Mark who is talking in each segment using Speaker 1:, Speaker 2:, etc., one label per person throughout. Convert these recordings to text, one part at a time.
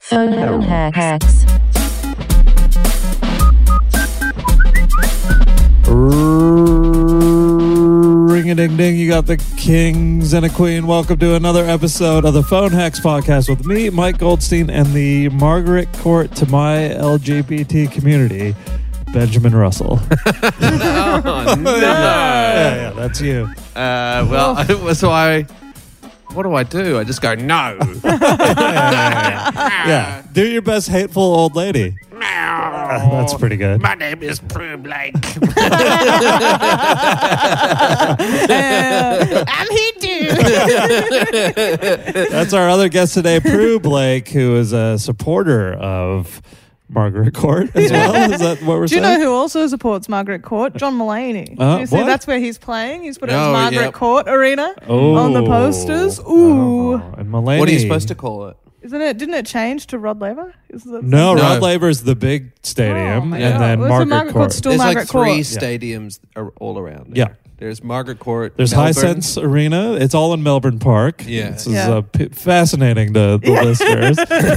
Speaker 1: Phone hacks.
Speaker 2: Ring a ding ding, you got the kings and a queen. Welcome to another episode of the Phone Hacks Podcast with me, Mike Goldstein, and the Margaret Court to my LGBT community, Benjamin Russell.
Speaker 3: Oh, no.
Speaker 2: yeah, yeah, that's you.
Speaker 3: Uh, well, so I. What do I do? I just go no.
Speaker 2: Yeah, do your best, hateful old lady. That's
Speaker 3: That's
Speaker 2: pretty good.
Speaker 3: My name is Prue Blake.
Speaker 4: I'm Hindu.
Speaker 2: That's our other guest today, Prue Blake, who is a supporter of Margaret Court as well. Is that what we're
Speaker 4: Do you
Speaker 2: saying?
Speaker 4: know who also supports Margaret Court? John Mullaney.
Speaker 2: Uh,
Speaker 4: Do you see
Speaker 2: what?
Speaker 4: that's where he's playing? He's put it
Speaker 3: Oh,
Speaker 4: as Margaret
Speaker 3: yep.
Speaker 4: Court Arena
Speaker 2: Oh.
Speaker 4: on the posters. Ooh.
Speaker 2: Oh, and Mulaney.
Speaker 3: What are you supposed to call it?
Speaker 4: Isn't it didn't it change to Rod Laver? Is that
Speaker 2: No,
Speaker 3: No.
Speaker 2: Rod Laver's the big
Speaker 4: Oh,
Speaker 2: stadium,
Speaker 4: my
Speaker 2: and
Speaker 4: God.
Speaker 2: then
Speaker 4: Well, it's a
Speaker 2: Margaret, Court.
Speaker 4: Court's still
Speaker 3: There's
Speaker 4: Margaret
Speaker 3: like three
Speaker 4: Court.
Speaker 3: stadiums ar- all around.
Speaker 2: Yeah.
Speaker 3: There. There's Margaret Court.
Speaker 2: There's High
Speaker 3: Melbourne.
Speaker 2: Sense Arena. It's all in Melbourne Park.
Speaker 3: Yeah.
Speaker 2: this is
Speaker 4: Yeah.
Speaker 2: uh, p- fascinating to the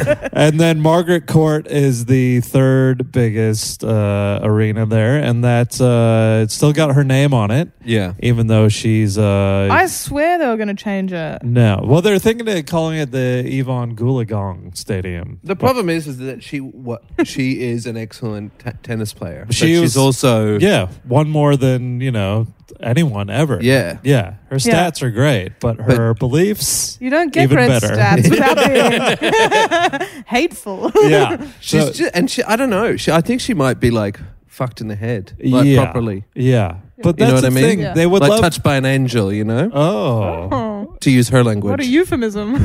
Speaker 2: listeners. And then Margaret Court is the third biggest uh, arena there, and that's uh, it's still got her name on it,
Speaker 3: Yeah.
Speaker 2: even though she's uh,
Speaker 4: I swear they were gonna change it.
Speaker 2: no. Well, they're thinking of calling it the Yvonne Goolagong Stadium.
Speaker 3: The problem is, is that she what she is an excellent t- tennis player.
Speaker 2: She
Speaker 3: but
Speaker 2: was-
Speaker 3: she's also
Speaker 2: Yeah, one more than you know anyone ever.
Speaker 3: yeah.
Speaker 2: yeah. Her
Speaker 4: Yeah.
Speaker 2: stats are great, but her beliefs
Speaker 4: You don't get
Speaker 2: Even
Speaker 4: red
Speaker 2: better.
Speaker 4: stats without being hateful.
Speaker 2: yeah.
Speaker 3: She's
Speaker 2: So-
Speaker 3: ju- and she I don't know. She I think she might be like fucked in the head like
Speaker 2: yeah.
Speaker 3: properly.
Speaker 2: Yeah. But
Speaker 3: You
Speaker 2: that's
Speaker 3: know
Speaker 2: the
Speaker 3: what I mean?
Speaker 2: thing.
Speaker 4: Yeah.
Speaker 2: They would
Speaker 3: like
Speaker 2: love.
Speaker 3: touched by an angel, you know,
Speaker 2: oh.
Speaker 4: Oh,
Speaker 3: to use her language.
Speaker 4: what a euphemism.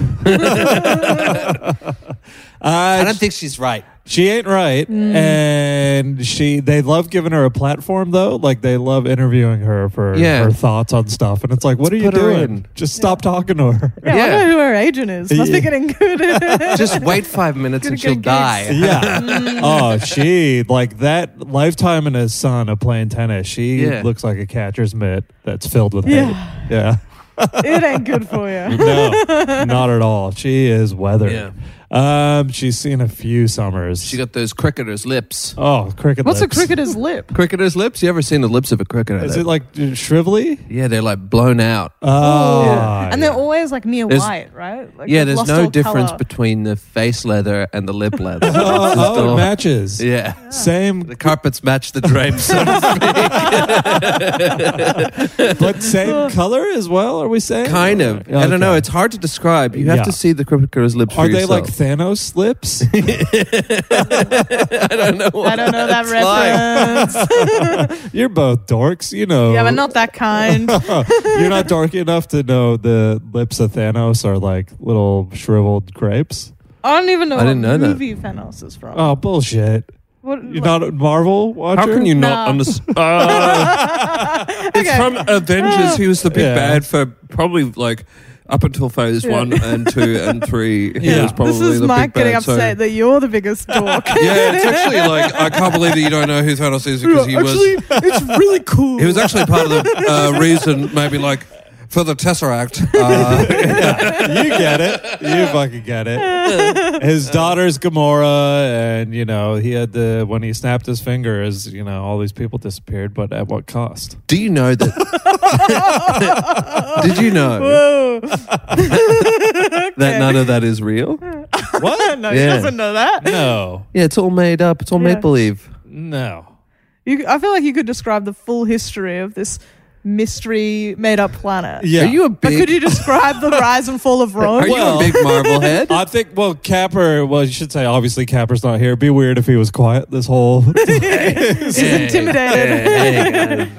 Speaker 3: I
Speaker 2: Uh,
Speaker 3: don't think she's right.
Speaker 2: she ain't right,
Speaker 4: Mm.
Speaker 2: and she they love giving her a platform though. Like they love interviewing her for
Speaker 3: Yeah.
Speaker 2: her thoughts on stuff, and it's like, what are you
Speaker 3: put her
Speaker 2: doing?
Speaker 3: in.
Speaker 2: Just stop talking to her.
Speaker 4: Yeah, I
Speaker 3: Yeah.
Speaker 4: wonder who her agent is. Must
Speaker 2: Yeah.
Speaker 4: be getting good.
Speaker 3: Just wait five minutes
Speaker 4: Gonna
Speaker 3: and she'll
Speaker 4: get gigs.
Speaker 3: die. Mm.
Speaker 2: yeah. Oh, she like that lifetime in a son of playing tennis. She
Speaker 3: Yeah.
Speaker 2: looks like a catcher's mitt that's filled with
Speaker 4: Yeah.
Speaker 2: hate. Yeah.
Speaker 4: it ain't good for you.
Speaker 2: No, not at all. She is weathered. Um, she's seen a few summers.
Speaker 3: She got those cricketer's lips.
Speaker 2: Oh, cricket.
Speaker 4: What's a
Speaker 2: lips.
Speaker 4: cricketer's lip?
Speaker 3: Cricketer's lips? You ever seen the lips of a cricketer?
Speaker 2: Is
Speaker 3: They're-
Speaker 2: it like shrivelly?
Speaker 3: yeah, they're like blown out.
Speaker 2: Oh,
Speaker 4: and they're always like near
Speaker 3: There's-
Speaker 4: white, right? Like,
Speaker 3: yeah,
Speaker 4: they've
Speaker 3: there's
Speaker 4: lost
Speaker 3: no
Speaker 4: all
Speaker 3: difference
Speaker 4: colour.
Speaker 3: between the face leather and the lip leather.
Speaker 2: oh,
Speaker 3: It's just
Speaker 2: oh,
Speaker 3: all-
Speaker 2: it matches.
Speaker 3: Yeah.
Speaker 2: Same,
Speaker 3: The carpets match the drapes. so to
Speaker 2: but same color as well. Are we saying?
Speaker 3: speak. kind of. I
Speaker 2: Okay.
Speaker 3: don't know. It's hard to describe. You have
Speaker 2: Yeah.
Speaker 3: to see the cricketer's lips.
Speaker 2: Are
Speaker 3: for
Speaker 2: they like
Speaker 3: yourself.
Speaker 2: Thanos lips?
Speaker 3: I don't know.
Speaker 4: I
Speaker 3: What
Speaker 4: don't know that
Speaker 3: that's like.
Speaker 4: reference.
Speaker 2: You're both dorks, you know.
Speaker 4: yeah, but not that kind.
Speaker 2: You're not dorky enough to know the lips of Thanos are like little shriveled grapes.
Speaker 4: I don't even know
Speaker 3: I didn't
Speaker 4: what
Speaker 3: know that.
Speaker 4: movie Thanos is from.
Speaker 2: Oh bullshit!
Speaker 4: what,
Speaker 2: You're not a Marvel watcher.
Speaker 3: How can you not
Speaker 4: Nah.
Speaker 3: understand? Uh, It's
Speaker 4: Okay.
Speaker 3: from uh, Avengers. He was the big
Speaker 2: Yeah.
Speaker 3: bad for probably like up until phase
Speaker 4: Yeah.
Speaker 3: one and two and three. He
Speaker 2: Yeah.
Speaker 3: was probably
Speaker 4: this is
Speaker 3: the
Speaker 4: Mike
Speaker 3: big
Speaker 4: getting
Speaker 3: bad. so-
Speaker 4: upset that you're the biggest dork.
Speaker 3: yeah, it's actually like I can't believe that you don't know who Thanos is because he
Speaker 4: actually,
Speaker 3: was
Speaker 4: it's really cool.
Speaker 3: he was actually part of the uh, reason maybe like for the Tesseract. Uh,
Speaker 2: you get it. You fucking get it. His daughter's Gamora, and you know he had the when he snapped his fingers. You know all these people disappeared, but at what cost?
Speaker 3: do you know that? Did you know
Speaker 4: Whoa.
Speaker 3: that none of that is real?
Speaker 2: What?
Speaker 4: no, she
Speaker 3: Yeah.
Speaker 4: Oh, doesn't know that.
Speaker 2: No,
Speaker 3: Yeah, it's all made up. It's all
Speaker 4: Yeah.
Speaker 3: make believe.
Speaker 2: no.
Speaker 4: You, I feel like you could describe the full history of this mystery made-up planet.
Speaker 2: Yeah.
Speaker 3: Are you a
Speaker 4: But
Speaker 3: big?
Speaker 4: could you describe the rise and fall of Rome?
Speaker 3: are you
Speaker 2: Well-
Speaker 3: a big Marvel head?
Speaker 2: I think. Well, Capper. Well, you should say obviously Capper's not here. It'd be weird if he was quiet this whole.
Speaker 4: She's intimidated.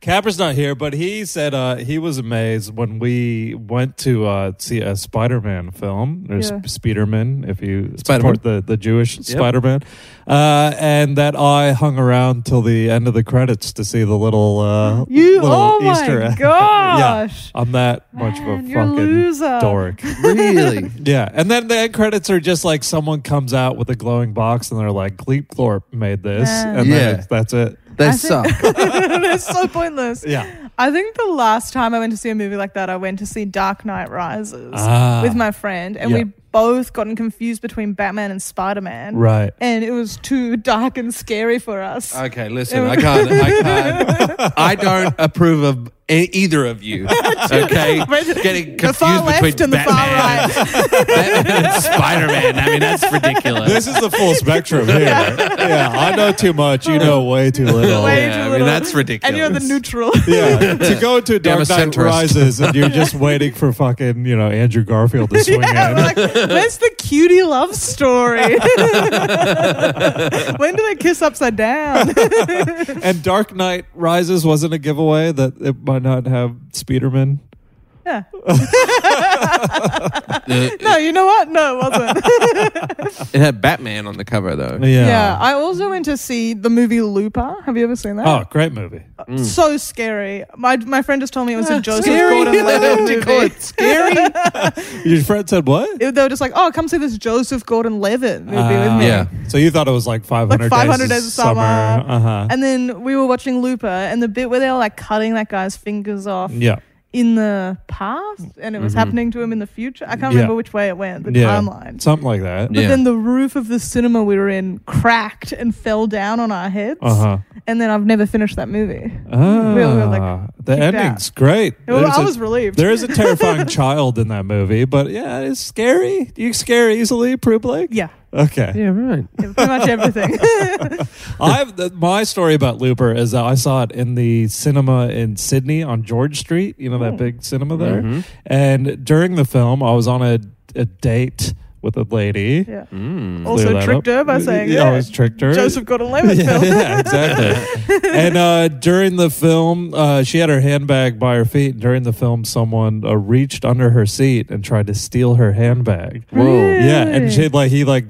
Speaker 2: Capper's not here, but he said uh, he was amazed when we went to uh, see a Spider-Man film or
Speaker 4: Yeah.
Speaker 2: Sp- Spiderman, if you
Speaker 3: Spiderman.
Speaker 2: support the the Jewish Spider-Man, uh, and that I hung around till the end of the credits to see the little uh,
Speaker 4: You,
Speaker 2: little
Speaker 4: oh my
Speaker 2: Easter egg.
Speaker 4: gosh.
Speaker 2: I'm that much of a
Speaker 4: Man, you're a
Speaker 2: fucking
Speaker 4: loser.
Speaker 2: dork.
Speaker 3: really?
Speaker 2: Yeah, and then the end credits are just like someone comes out with a glowing box and they're like, "Gleep Glorp made this,"
Speaker 4: Man.
Speaker 2: and
Speaker 3: Yeah.
Speaker 2: then it's, that's it.
Speaker 3: They
Speaker 4: I think-
Speaker 3: suck.
Speaker 4: That's so pointless.
Speaker 2: Yeah.
Speaker 4: I think the last time I went to see a movie like that, I went to see Dark Knight Rises
Speaker 2: Ah.
Speaker 4: with my friend, and
Speaker 2: Yeah.
Speaker 4: we both gotten confused between Batman and Spider Man.
Speaker 2: Right.
Speaker 4: And it was too dark and scary for us.
Speaker 3: Okay, listen, I can't. I can't. I don't approve of e- either of you. Okay, getting confused
Speaker 4: the far left
Speaker 3: between
Speaker 4: and the far
Speaker 3: Batman, Batman and Spider-Man. I mean, that's ridiculous.
Speaker 2: This is the full spectrum here. Yeah, I know too much. You know way too little.
Speaker 4: Way
Speaker 3: yeah,
Speaker 4: too
Speaker 3: I
Speaker 4: little.
Speaker 3: mean, that's
Speaker 4: And you're the
Speaker 3: ridiculous.
Speaker 4: neutral.
Speaker 2: Yeah, to go to
Speaker 3: I'm a
Speaker 2: Dark Knight
Speaker 3: centrist.
Speaker 2: Rises and you're just waiting for fucking you know Andrew Garfield to swing
Speaker 4: Yeah,
Speaker 2: in.
Speaker 4: we're like, where's the cutie love story? when do they kiss upside down?
Speaker 2: And Dark Knight Rises wasn't a giveaway that it might not have Speederman.
Speaker 4: Yeah. no, you know what? No, it wasn't.
Speaker 3: It had Batman on the cover though.
Speaker 4: Yeah. I also went to see the movie Looper. Have you ever seen that?
Speaker 2: oh, great movie.
Speaker 4: So scary. My my friend just told me it was a Joseph
Speaker 3: scary.
Speaker 4: Gordon-Levitt
Speaker 3: They
Speaker 4: movie.
Speaker 3: call it
Speaker 4: scary.
Speaker 2: Your friend said what?
Speaker 4: they were just like, "Oh, come see this Joseph Gordon-Levitt movie with
Speaker 2: Ah.
Speaker 4: me."
Speaker 3: Uh, Yeah.
Speaker 2: So you thought it was like
Speaker 4: Like
Speaker 2: 500,
Speaker 4: 500
Speaker 2: days,
Speaker 4: Days of
Speaker 2: of summer.
Speaker 4: Summer.
Speaker 2: Uh-huh.
Speaker 4: And then we were watching Looper, and the bit where they were like cutting that guy's fingers off
Speaker 2: yeah.
Speaker 4: in the past, and it was happening to him in the future. I can't
Speaker 2: Mm-hmm. Yeah.
Speaker 4: remember which way it went. The
Speaker 2: yeah.
Speaker 4: timeline.
Speaker 2: Something like that.
Speaker 4: But
Speaker 3: Yeah.
Speaker 4: then the roof of the cinema we were in cracked and fell down on our heads.
Speaker 2: Uh-huh.
Speaker 4: And then I've never finished that movie.
Speaker 2: Ah,
Speaker 4: We were, like,
Speaker 2: the
Speaker 4: kicked
Speaker 2: ending's great.
Speaker 4: Well,
Speaker 2: There's
Speaker 4: I
Speaker 2: a-
Speaker 4: was relieved.
Speaker 2: There is a terrifying child in that movie, but yeah, it's scary. Do you scare easily, Prue Blake?
Speaker 4: Yeah,
Speaker 2: Okay.
Speaker 3: Yeah, right.
Speaker 4: yeah, pretty much everything.
Speaker 2: I've the, my story about Looper is that I saw it in the cinema in Sydney on George Street. You know
Speaker 4: Oh.
Speaker 2: that big cinema there.
Speaker 3: Mhm.
Speaker 2: And during the film, I was on a, a date with a lady.
Speaker 4: yeah.
Speaker 3: Mm.
Speaker 4: Also
Speaker 2: Clear that
Speaker 4: tricked
Speaker 2: up.
Speaker 4: her by saying,
Speaker 2: yeah, I
Speaker 4: yeah,
Speaker 2: was tricked her.
Speaker 4: Joseph Gordon-Levitt
Speaker 2: yeah,
Speaker 4: film.
Speaker 2: yeah, exactly. and uh, during the film, uh, she had her handbag by her feet. During the film, someone uh, reached under her seat and tried to steal her handbag.
Speaker 3: Whoa.
Speaker 2: Yeah, and she like he like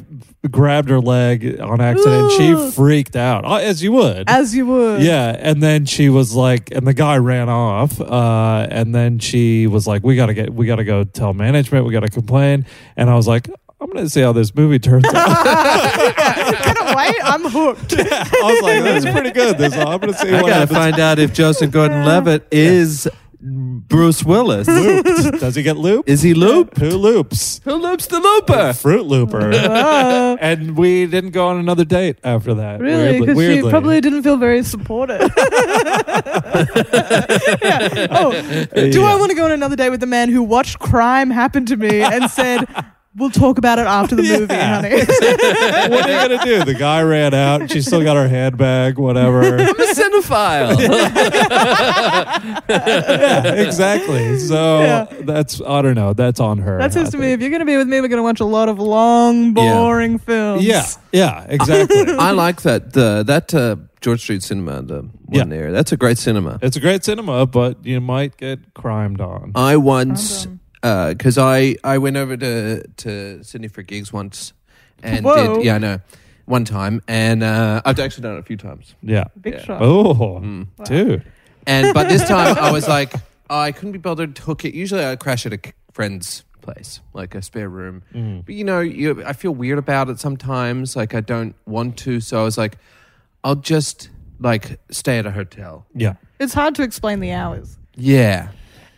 Speaker 2: grabbed her leg on accident.
Speaker 4: Ooh.
Speaker 2: She freaked out, uh, as you would.
Speaker 4: As you would.
Speaker 2: yeah, and then she was like, and the guy ran off. Uh, and then she was like, "We gotta get, we gotta go tell management, we gotta complain." And I was like, "I'm gonna see how this movie turns out."
Speaker 4: Get away, I'm hooked.
Speaker 2: I was like, "That's pretty good." This I'm gonna see
Speaker 3: I
Speaker 2: what
Speaker 3: gotta
Speaker 2: happens.
Speaker 3: find out if Joseph Gordon-Levitt is Bruce Willis.
Speaker 2: Looped. Does he get looped?
Speaker 3: Is he loop?
Speaker 2: Who loops?
Speaker 3: Who loops the looper?
Speaker 2: Fruit Looper.
Speaker 4: Oh,
Speaker 2: and we didn't go on another date after that.
Speaker 4: really?
Speaker 2: Weirdly-
Speaker 4: Because she
Speaker 2: weirdly.
Speaker 4: probably didn't feel very supported. Yeah. Oh, do I
Speaker 2: Yeah.
Speaker 4: want to go on another day with the man who watched crime happen to me and said, "We'll talk about it after the movie,
Speaker 2: Yeah.
Speaker 4: honey"?
Speaker 2: what are you gonna do? The guy ran out. She still got her handbag. Whatever.
Speaker 3: I'm a cinephile.
Speaker 2: yeah, exactly. So
Speaker 4: Yeah.
Speaker 2: that's I don't know. That's on her.
Speaker 4: That
Speaker 2: I
Speaker 4: says to me,
Speaker 2: think.
Speaker 4: if you're going to be with me, we're going to watch a lot of long, boring films.
Speaker 2: Yeah, yeah, exactly.
Speaker 3: I like that. The that uh, George Street Cinema, the one
Speaker 2: Yeah.
Speaker 3: there. That's a great cinema.
Speaker 2: it's a great cinema, but you might get crimed on.
Speaker 4: Uh.
Speaker 3: I once
Speaker 4: Random.
Speaker 3: because I I went over to to Sydney for gigs once and
Speaker 4: Whoa.
Speaker 3: did yeah I know one time and uh, I've actually done it a few times
Speaker 2: yeah.
Speaker 4: Big
Speaker 3: Yeah.
Speaker 4: shot.
Speaker 2: Oh,
Speaker 4: Hmm.
Speaker 2: dude.
Speaker 3: and but this time I was like I couldn't be bothered to hook it. Usually I crash at a c- friend's place like a spare room, but you know you I feel weird about it sometimes. Like I don't want to, so I was like I'll just like stay at a hotel.
Speaker 2: Yeah.
Speaker 4: It's hard to explain the hours.
Speaker 3: Yeah.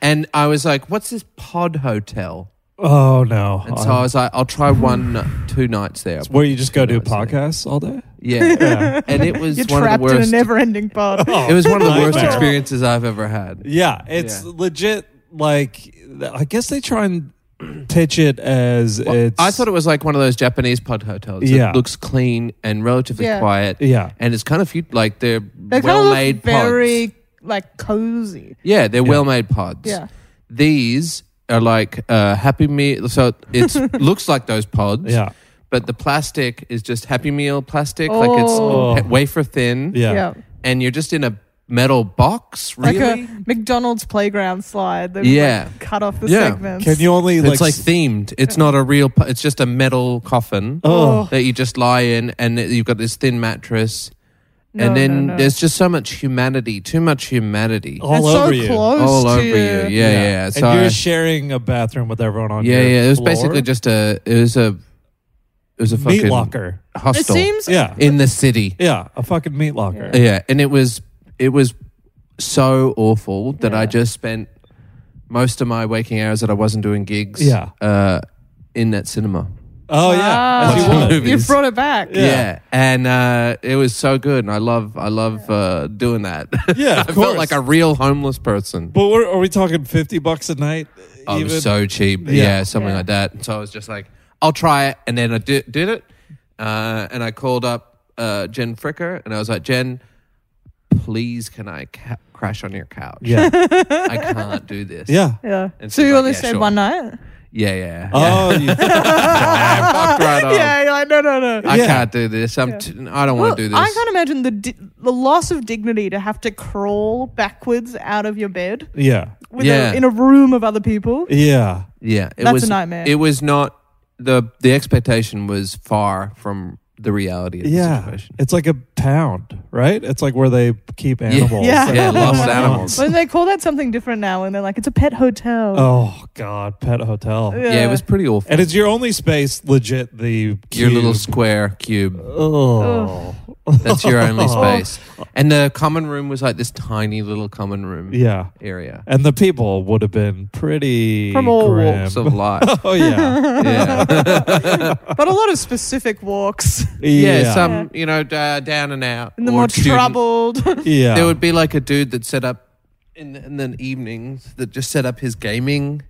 Speaker 3: And I was like, what's this pod hotel?
Speaker 2: Oh no.
Speaker 3: And so I was like, I'll try one, two nights there.
Speaker 2: where you just go do
Speaker 3: Nice, yeah.
Speaker 2: podcasts all day?
Speaker 3: Yeah.
Speaker 2: Yeah.
Speaker 3: And it was
Speaker 4: You're
Speaker 3: one of
Speaker 4: trapped
Speaker 3: the worst.
Speaker 4: in a never-ending pod.
Speaker 2: Oh,
Speaker 3: it was one of the worst
Speaker 2: nightmare.
Speaker 3: experiences I've ever had.
Speaker 2: Yeah, it's
Speaker 3: Yeah.
Speaker 2: legit. Like, I guess they try and pitch it as it's.
Speaker 3: I thought it was like one of those Japanese pod hotels. It
Speaker 2: Yeah.
Speaker 3: looks clean and relatively
Speaker 4: Yeah.
Speaker 3: quiet.
Speaker 2: Yeah.
Speaker 3: And it's kind of few, like they're,
Speaker 4: They kind of
Speaker 3: well
Speaker 4: look
Speaker 3: made pods.
Speaker 4: very like cozy.
Speaker 3: Yeah, they're well made pods.
Speaker 4: Yeah.
Speaker 3: These are like uh, Happy Meal. So it looks like those pods.
Speaker 2: Yeah.
Speaker 3: But the plastic is just Happy Meal plastic.
Speaker 4: Oh.
Speaker 3: Like it's wafer thin.
Speaker 2: Yeah.
Speaker 3: and you're just in a metal box,
Speaker 4: Like
Speaker 3: really?
Speaker 4: a McDonald's playground slide. They've
Speaker 3: Yeah.
Speaker 4: like, cut off the
Speaker 3: Yeah.
Speaker 4: segments.
Speaker 2: Can you only like?
Speaker 3: it's like themed. It's not a real. pu- It's just a metal coffin
Speaker 2: Oh.
Speaker 3: that you just lie in, and you've got this thin mattress,
Speaker 4: No,
Speaker 3: and then
Speaker 4: no, no.
Speaker 3: there's just so much humanity, too much humanity,
Speaker 2: all
Speaker 4: That's Oh, so
Speaker 2: over you.
Speaker 4: close
Speaker 3: all
Speaker 4: to
Speaker 3: over you. Yeah, yeah. So
Speaker 2: and
Speaker 3: I-
Speaker 2: you're sharing a bathroom with everyone on.
Speaker 3: yeah,
Speaker 2: your
Speaker 3: yeah. It was
Speaker 2: floor?
Speaker 3: basically just a. It was a. It was a
Speaker 2: meat
Speaker 3: fucking
Speaker 2: locker.
Speaker 4: It
Speaker 3: hostel
Speaker 4: seems
Speaker 2: Yeah,
Speaker 3: in the city.
Speaker 2: yeah, a fucking meat locker.
Speaker 3: Yeah, and it was it was so awful that I
Speaker 4: Yeah.
Speaker 3: just spent most of my waking hours that I wasn't doing gigs.
Speaker 2: Yeah.
Speaker 3: Uh, in that cinema.
Speaker 2: Oh yeah, as you
Speaker 4: Wow.
Speaker 3: Watch
Speaker 2: would.
Speaker 3: movies.
Speaker 4: You've brought it back.
Speaker 3: Yeah, and uh, it was so good, and I love I love uh, doing that.
Speaker 2: Yeah,
Speaker 3: I
Speaker 2: of
Speaker 3: felt
Speaker 2: course.
Speaker 3: like a real homeless person.
Speaker 2: But we're, are we talking fifty bucks a night?
Speaker 3: Oh, it
Speaker 2: even?
Speaker 3: was so cheap.
Speaker 2: Yeah.
Speaker 3: Yeah, something
Speaker 4: Yeah.
Speaker 3: like that. So I was just like, I'll try it. And then I did, did it. Uh, and I called up uh, Jen Fricker and I was like, Jen, please can I ca- crash on your couch?
Speaker 2: yeah,
Speaker 3: I can't do this.
Speaker 2: yeah.
Speaker 4: Yeah.
Speaker 3: And
Speaker 4: So
Speaker 3: she's
Speaker 4: you
Speaker 3: like,
Speaker 4: only
Speaker 3: "Yeah,
Speaker 4: stayed
Speaker 3: sure."
Speaker 4: one night?
Speaker 3: Yeah, yeah.
Speaker 2: Oh, you,
Speaker 3: I fucked right off.
Speaker 4: Yeah, you're like, no, no, no.
Speaker 3: I
Speaker 2: Yeah.
Speaker 3: can't do this. I'm t- I don't
Speaker 4: Well,
Speaker 3: want to do this.
Speaker 4: I can't imagine the di- the loss of dignity to have to crawl backwards out of your bed
Speaker 2: yeah,
Speaker 4: with
Speaker 3: Yeah.
Speaker 4: a, in a room of other people.
Speaker 2: yeah.
Speaker 3: yeah, it
Speaker 4: That's
Speaker 3: was
Speaker 4: a nightmare.
Speaker 3: It was not the the expectation was far from the reality of the
Speaker 2: Yeah,
Speaker 3: situation.
Speaker 2: it's like a pound, right? It's like where they keep animals.
Speaker 4: Yeah. Yeah, lost
Speaker 3: animals.
Speaker 4: But they call that something different now, and they're like, it's a pet hotel.
Speaker 2: Oh God, pet hotel.
Speaker 4: Yeah.
Speaker 3: yeah, it was pretty awful.
Speaker 2: And it's your only space, legit. The
Speaker 3: your
Speaker 2: cube.
Speaker 3: little square cube.
Speaker 2: Oh,
Speaker 3: That's your only space. And the common room was like this tiny little common room
Speaker 2: yeah.
Speaker 3: area.
Speaker 2: And the people would have been pretty
Speaker 4: From all
Speaker 2: grim.
Speaker 3: Walks of life.
Speaker 2: Oh yeah.
Speaker 3: Yeah.
Speaker 4: But a lot of specific walks,
Speaker 2: yeah,
Speaker 3: yeah, some, you know, d- uh, down and out.
Speaker 4: and the
Speaker 3: or
Speaker 4: more
Speaker 3: student.
Speaker 4: troubled.
Speaker 2: yeah.
Speaker 3: There would be like a dude that set up in the, in the evenings that just set up his gaming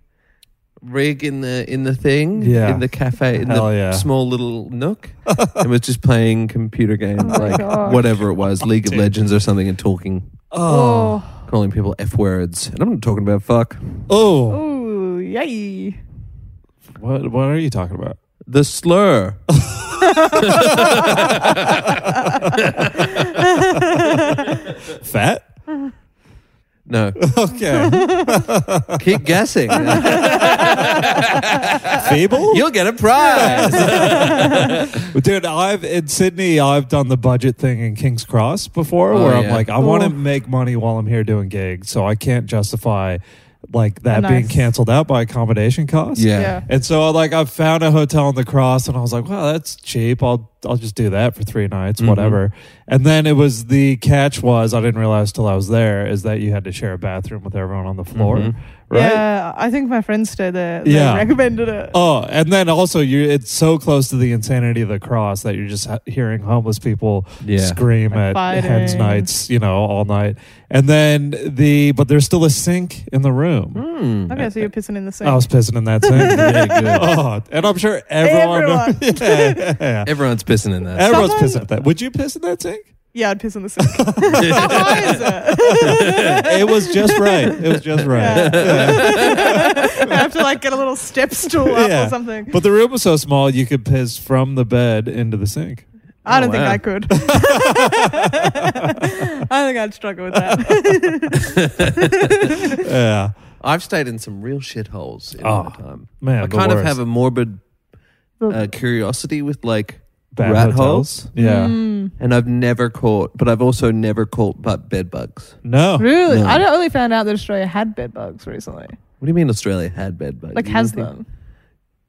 Speaker 3: rig in the in the thing
Speaker 2: Yeah.
Speaker 3: in the cafe in
Speaker 2: Hell
Speaker 3: the
Speaker 2: yeah.
Speaker 3: small little nook and was just playing computer games
Speaker 4: Oh my
Speaker 3: like
Speaker 4: gosh.
Speaker 3: whatever it was league of
Speaker 2: Dude.
Speaker 3: legends or something and talking
Speaker 2: oh,
Speaker 4: oh,
Speaker 3: calling people f words and i'm not talking about fuck
Speaker 2: oh.
Speaker 4: oh, yay!
Speaker 2: What? What are you talking about?
Speaker 3: The slur.
Speaker 2: Fat?
Speaker 3: No.
Speaker 2: Okay.
Speaker 3: Keep guessing.
Speaker 2: Feeble?
Speaker 3: You'll get a prize.
Speaker 2: Dude, I've in Sydney, I've done the budget thing in King's Cross before,
Speaker 3: Oh,
Speaker 2: where I'm
Speaker 3: yeah.
Speaker 2: like, I want to
Speaker 4: Oh.
Speaker 2: make money while I'm here doing gigs, so I can't justify like that
Speaker 4: Oh,
Speaker 2: being
Speaker 4: nice.
Speaker 2: canceled out by accommodation costs.
Speaker 4: Yeah.
Speaker 2: And so, like, I found a hotel on the cross, and I was like, "Wow, that's cheap. I'll I'll just do that for three nights,
Speaker 3: Mm-hmm.
Speaker 2: whatever." And then it was the catch was I didn't realize till I was there is that you had to share a bathroom with everyone on the floor,
Speaker 3: Mhm.
Speaker 2: right?
Speaker 4: Yeah, I think my friends stayed there. They
Speaker 2: Yeah.
Speaker 4: recommended it.
Speaker 2: Oh, and then also you it's so close to the insanity of the cross that you're just ha- hearing homeless people
Speaker 3: Yeah.
Speaker 2: scream
Speaker 4: Like
Speaker 2: at
Speaker 4: fighting.
Speaker 2: hens nights, you know, all night. And then the but there's still a sink in the room.
Speaker 3: Hmm.
Speaker 4: okay, so you're pissing in the sink.
Speaker 2: I was pissing in that sink. Oh, and I'm sure everyone
Speaker 4: Everyone.
Speaker 2: yeah, yeah.
Speaker 3: Everyone's pissing in that.
Speaker 2: Everyone's
Speaker 4: Someone-
Speaker 2: pissing at that. Would you piss in that sink?
Speaker 4: yeah, I'd piss in the sink. Why is
Speaker 2: it was just right. It was just right.
Speaker 4: it? I have to like get a little step stool up
Speaker 2: Yeah.
Speaker 4: or something.
Speaker 2: But the room was so small you could piss from the bed into the sink.
Speaker 4: I don't
Speaker 3: Oh,
Speaker 4: think
Speaker 3: wow.
Speaker 4: I could. I think I'd struggle with that.
Speaker 2: Yeah.
Speaker 3: I've stayed in some real shitholes in
Speaker 2: Oh,
Speaker 3: my time.
Speaker 2: man,
Speaker 3: I
Speaker 2: the
Speaker 3: kind of
Speaker 2: worst.
Speaker 3: have a morbid uh, curiosity with like
Speaker 2: Bad
Speaker 3: rat
Speaker 2: hotels.
Speaker 3: holes,
Speaker 4: Hmm.
Speaker 2: Yeah.
Speaker 3: and I've never caught, but I've also never caught but bed bugs.
Speaker 2: No.
Speaker 4: really?
Speaker 3: No.
Speaker 4: I only found out that Australia had bed bugs recently.
Speaker 3: What do you mean Australia had bed bugs?
Speaker 4: Like
Speaker 3: You
Speaker 4: has
Speaker 3: didn't think-
Speaker 4: them.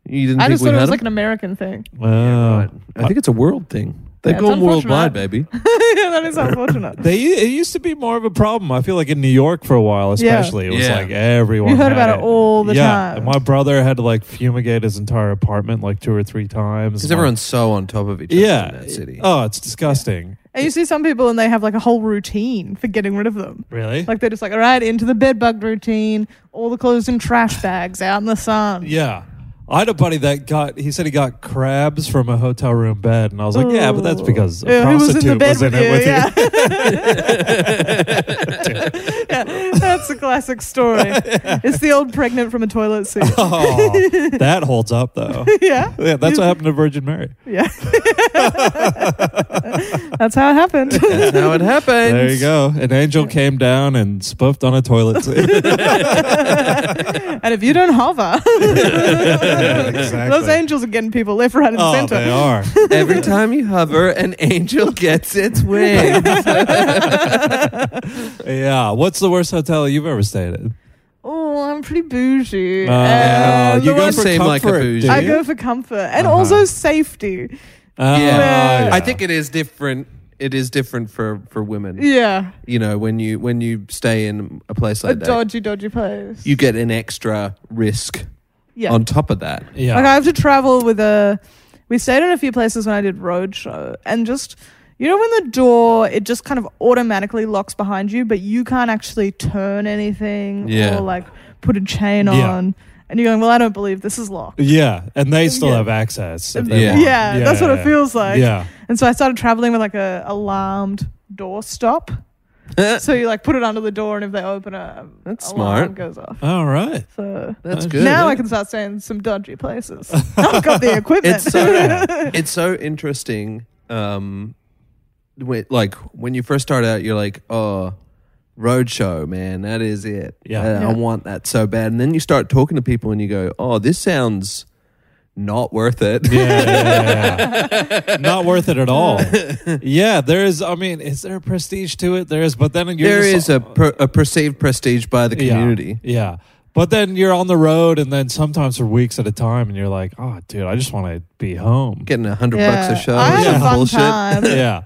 Speaker 3: You didn't
Speaker 4: I
Speaker 3: think
Speaker 4: just
Speaker 3: we
Speaker 4: thought it
Speaker 3: had
Speaker 4: was
Speaker 3: them?
Speaker 4: like an American thing.
Speaker 2: Wow.
Speaker 3: Right. I think it's a world thing. They've
Speaker 4: Yeah, it's
Speaker 3: gone worldwide,
Speaker 4: unfortunate.
Speaker 3: baby.
Speaker 4: yeah, that is unfortunate.
Speaker 2: They it used to be more of a problem. I feel like in New York for a while,
Speaker 4: Yeah.
Speaker 2: especially, it was
Speaker 3: Yeah.
Speaker 2: like everyone.
Speaker 4: You heard
Speaker 2: had
Speaker 4: about it all the
Speaker 2: yeah.
Speaker 4: time.
Speaker 2: And my brother had to like fumigate his entire apartment like two or three times.
Speaker 3: Because
Speaker 2: Like-
Speaker 3: everyone's so on top of each other
Speaker 2: yeah.
Speaker 3: in that city.
Speaker 2: Oh, it's disgusting.
Speaker 4: and you see some people and they have like a whole routine for getting rid of them.
Speaker 2: Really?
Speaker 4: Like they're just like, all right, into the bed bug routine, all the clothes in trash bags, out in the sun.
Speaker 2: yeah. I had a buddy that got. He said he got crabs from a hotel room bed, and I was like, "Yeah, but that's because a
Speaker 4: Oh. Yeah, who was
Speaker 2: prostitute
Speaker 4: in the bed with,
Speaker 2: it
Speaker 4: you?
Speaker 2: with
Speaker 4: yeah.
Speaker 2: you."
Speaker 4: Yeah, that's a classic story. It's the old pregnant from a toilet seat.
Speaker 2: Oh, that holds up though.
Speaker 4: yeah,
Speaker 2: Yeah, that's what happened to Virgin Mary.
Speaker 4: yeah. that's how it happened.
Speaker 3: That's how it happens.
Speaker 2: There you go. An angel came down and spoofed on a toilet seat.
Speaker 4: and if you don't hover, those angels are getting people left, right, and
Speaker 2: Oh,
Speaker 4: center.
Speaker 2: they are.
Speaker 3: Every time you hover, an angel gets its
Speaker 2: Oh,
Speaker 3: wings.
Speaker 2: Yeah. What's the worst hotel you've ever stayed at?
Speaker 4: Oh, I'm pretty bougie.
Speaker 2: Oh,
Speaker 4: Uh,
Speaker 2: you
Speaker 4: the
Speaker 2: go
Speaker 4: one-
Speaker 2: for
Speaker 3: Seem
Speaker 2: comfort.
Speaker 3: like a bougie.
Speaker 2: dude.
Speaker 4: I go for comfort and
Speaker 2: Uh-huh.
Speaker 4: also safety.
Speaker 2: Oh,
Speaker 3: Yeah.
Speaker 4: Yeah.
Speaker 3: I think it is different. It is different for for women.
Speaker 4: Yeah,
Speaker 3: You know, when you when you stay in a place
Speaker 4: a
Speaker 3: like that,
Speaker 4: dodgy, dodgy place.
Speaker 3: you get an extra risk
Speaker 4: Yeah.
Speaker 3: on top of that.
Speaker 2: Yeah.
Speaker 4: Like I have to travel with a. We stayed in a few places when I did roadshow, and just you know when the door it just kind of automatically locks behind you, but you can't actually turn anything
Speaker 3: Yeah.
Speaker 4: or like put a chain
Speaker 2: Yeah.
Speaker 4: on, and you're going, well, I don't believe this is locked.
Speaker 2: yeah, and they still
Speaker 4: Yeah.
Speaker 2: have access. if they
Speaker 4: Yeah,
Speaker 3: Yeah.
Speaker 2: want.
Speaker 4: that's what
Speaker 2: yeah.
Speaker 4: it feels like.
Speaker 2: Yeah.
Speaker 4: And so I started traveling with like a alarmed door stop. so you like put it under the door, and if they open it, um,
Speaker 3: That's
Speaker 4: alarm
Speaker 3: smart.
Speaker 4: goes off.
Speaker 2: All right.
Speaker 4: So
Speaker 3: That's
Speaker 2: Now
Speaker 3: good.
Speaker 4: now I can start staying in some dodgy places. I've got the equipment.
Speaker 3: It's so it's so interesting. Um, with, like when you first start out, you're like, oh, roadshow, man, that is it.
Speaker 2: Yeah.
Speaker 3: Uh,
Speaker 4: Yeah.
Speaker 3: I want that so bad. And then you start talking to people, and you go, oh, this sounds not worth it.
Speaker 2: Yeah, yeah, yeah, yeah. not worth it at all. Yeah, there is. I mean, is there a prestige to it? There is, but then you're
Speaker 3: there
Speaker 2: just-
Speaker 3: is a, per, a perceived prestige by the
Speaker 2: Yeah,
Speaker 3: community.
Speaker 2: Yeah, But then you're on the road, and then sometimes for weeks at a time, and you're like, "Oh, dude, I just want to be home."
Speaker 3: Getting a hundred bucks a show,
Speaker 4: I
Speaker 3: is
Speaker 4: had
Speaker 2: Yeah.
Speaker 4: a fun
Speaker 3: bullshit.
Speaker 4: time,
Speaker 2: yeah,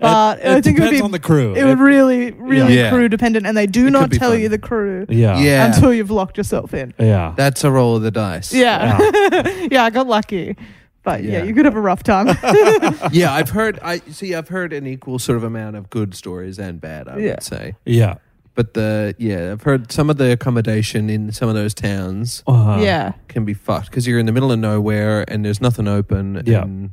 Speaker 4: but
Speaker 2: it,
Speaker 4: Uh, I think it would
Speaker 2: depends
Speaker 4: be
Speaker 2: on the crew.
Speaker 4: it would really, really
Speaker 3: Yeah.
Speaker 4: crew dependent, and they do
Speaker 3: It
Speaker 4: not
Speaker 3: could be
Speaker 4: tell
Speaker 3: fun.
Speaker 4: you the crew
Speaker 2: yeah,
Speaker 3: Yeah.
Speaker 4: until you've locked yourself in.
Speaker 2: yeah.
Speaker 3: That's a roll of the dice.
Speaker 4: Yeah, yeah, I got lucky, but yeah,
Speaker 3: Yeah.
Speaker 4: you could have a rough time.
Speaker 3: yeah. I've heard. I see. I've heard an equal sort of amount of good stories and bad. I
Speaker 4: Yeah.
Speaker 3: would say.
Speaker 2: yeah.
Speaker 3: But the yeah, I've heard some of the accommodation in some of those towns
Speaker 2: Uh,
Speaker 4: yeah,
Speaker 3: can be fucked because you're in the middle of nowhere and there's nothing open.
Speaker 2: Yeah.
Speaker 3: and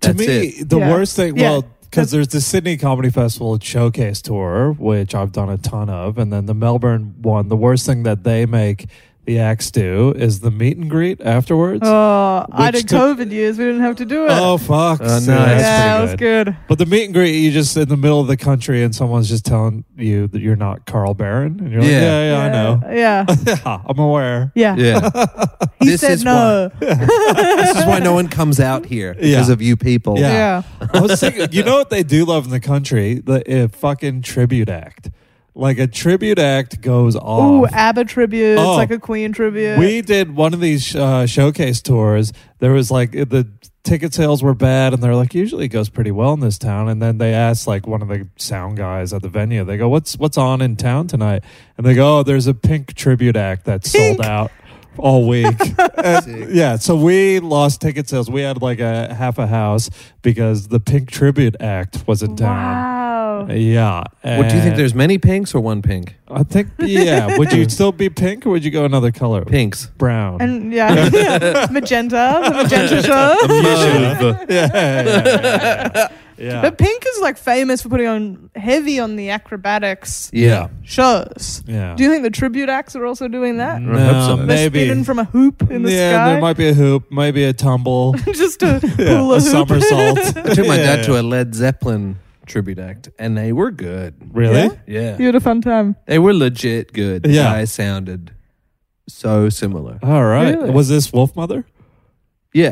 Speaker 2: To
Speaker 3: That's
Speaker 2: me,
Speaker 3: it.
Speaker 2: the
Speaker 4: Yeah.
Speaker 2: worst thing.
Speaker 4: Yeah.
Speaker 2: Well, because there's the Sydney Comedy Festival showcase tour, which I've done a ton of, and then the Melbourne one. The worst thing that they make the acts do is the meet and greet afterwards.
Speaker 4: oh, I
Speaker 2: Which
Speaker 4: did
Speaker 2: took-
Speaker 4: COVID years. We didn't have to do it.
Speaker 2: Oh, fuck!
Speaker 3: Oh,
Speaker 2: See,
Speaker 3: no,
Speaker 2: that's
Speaker 4: yeah,
Speaker 2: pretty
Speaker 4: it was good.
Speaker 2: But the meet and greet, you just in the middle of the country, and someone's just telling you that you're not Carl Barron, and you're like,
Speaker 3: Yeah.
Speaker 2: yeah, yeah, I know,
Speaker 4: Yeah,
Speaker 2: yeah, I'm aware.
Speaker 4: yeah.
Speaker 3: yeah,
Speaker 4: He
Speaker 3: This
Speaker 4: said
Speaker 3: is
Speaker 4: no.
Speaker 3: this is why no one comes out here because
Speaker 2: Yeah.
Speaker 3: of you people.
Speaker 2: Yeah.
Speaker 4: Yeah.
Speaker 2: I was thinking, you know what they do love in the country? The uh, fucking tribute act. Like a tribute act goes off.
Speaker 4: Ooh, ABBA tribute.
Speaker 2: Oh.
Speaker 4: It's like a Queen tribute.
Speaker 2: We did one of these uh, showcase tours. There was like the ticket sales were bad, and they're like, usually it goes pretty well in this town. And then they asked like one of the sound guys at the venue. They go, "What's what's on in town tonight?" And they go, "Oh, there's a Pink tribute act that's
Speaker 4: Pink.
Speaker 2: sold out." All week, And, yeah. So we lost ticket sales. We had like a half a house because the Pink Tribute Act was in
Speaker 4: wow.
Speaker 2: town. Yeah.
Speaker 3: What do you think?
Speaker 2: And
Speaker 3: There's many pinks or one pink?
Speaker 2: I think. Yeah. would you still be pink or would you go another color?
Speaker 3: Pinks.
Speaker 2: Brown.
Speaker 4: And yeah, magenta, the magenta show.
Speaker 2: yeah, yeah, yeah. yeah.
Speaker 4: But Pink is like famous for putting on heavy on the acrobatics
Speaker 3: Yeah.
Speaker 4: shows.
Speaker 2: Yeah.
Speaker 4: Do you think the tribute acts are also doing that?
Speaker 2: No,
Speaker 3: I hope so.
Speaker 4: They're
Speaker 2: Mm, maybe.
Speaker 4: spinning from a hoop in the
Speaker 2: yeah, there
Speaker 4: sky.
Speaker 2: might be a hoop, maybe a tumble,
Speaker 4: Just a
Speaker 2: yeah,
Speaker 4: hula
Speaker 2: a
Speaker 4: hoop.
Speaker 2: somersault.
Speaker 3: I took my dad to a Led Zeppelin tribute act and they were good.
Speaker 2: really.
Speaker 4: Yeah?
Speaker 3: Yeah,
Speaker 4: You had a fun time.
Speaker 3: they were legit good.
Speaker 2: Yeah.
Speaker 3: I sounded so similar.
Speaker 2: All right.
Speaker 4: Really?
Speaker 2: Was this Wolf Mother?
Speaker 3: Yeah.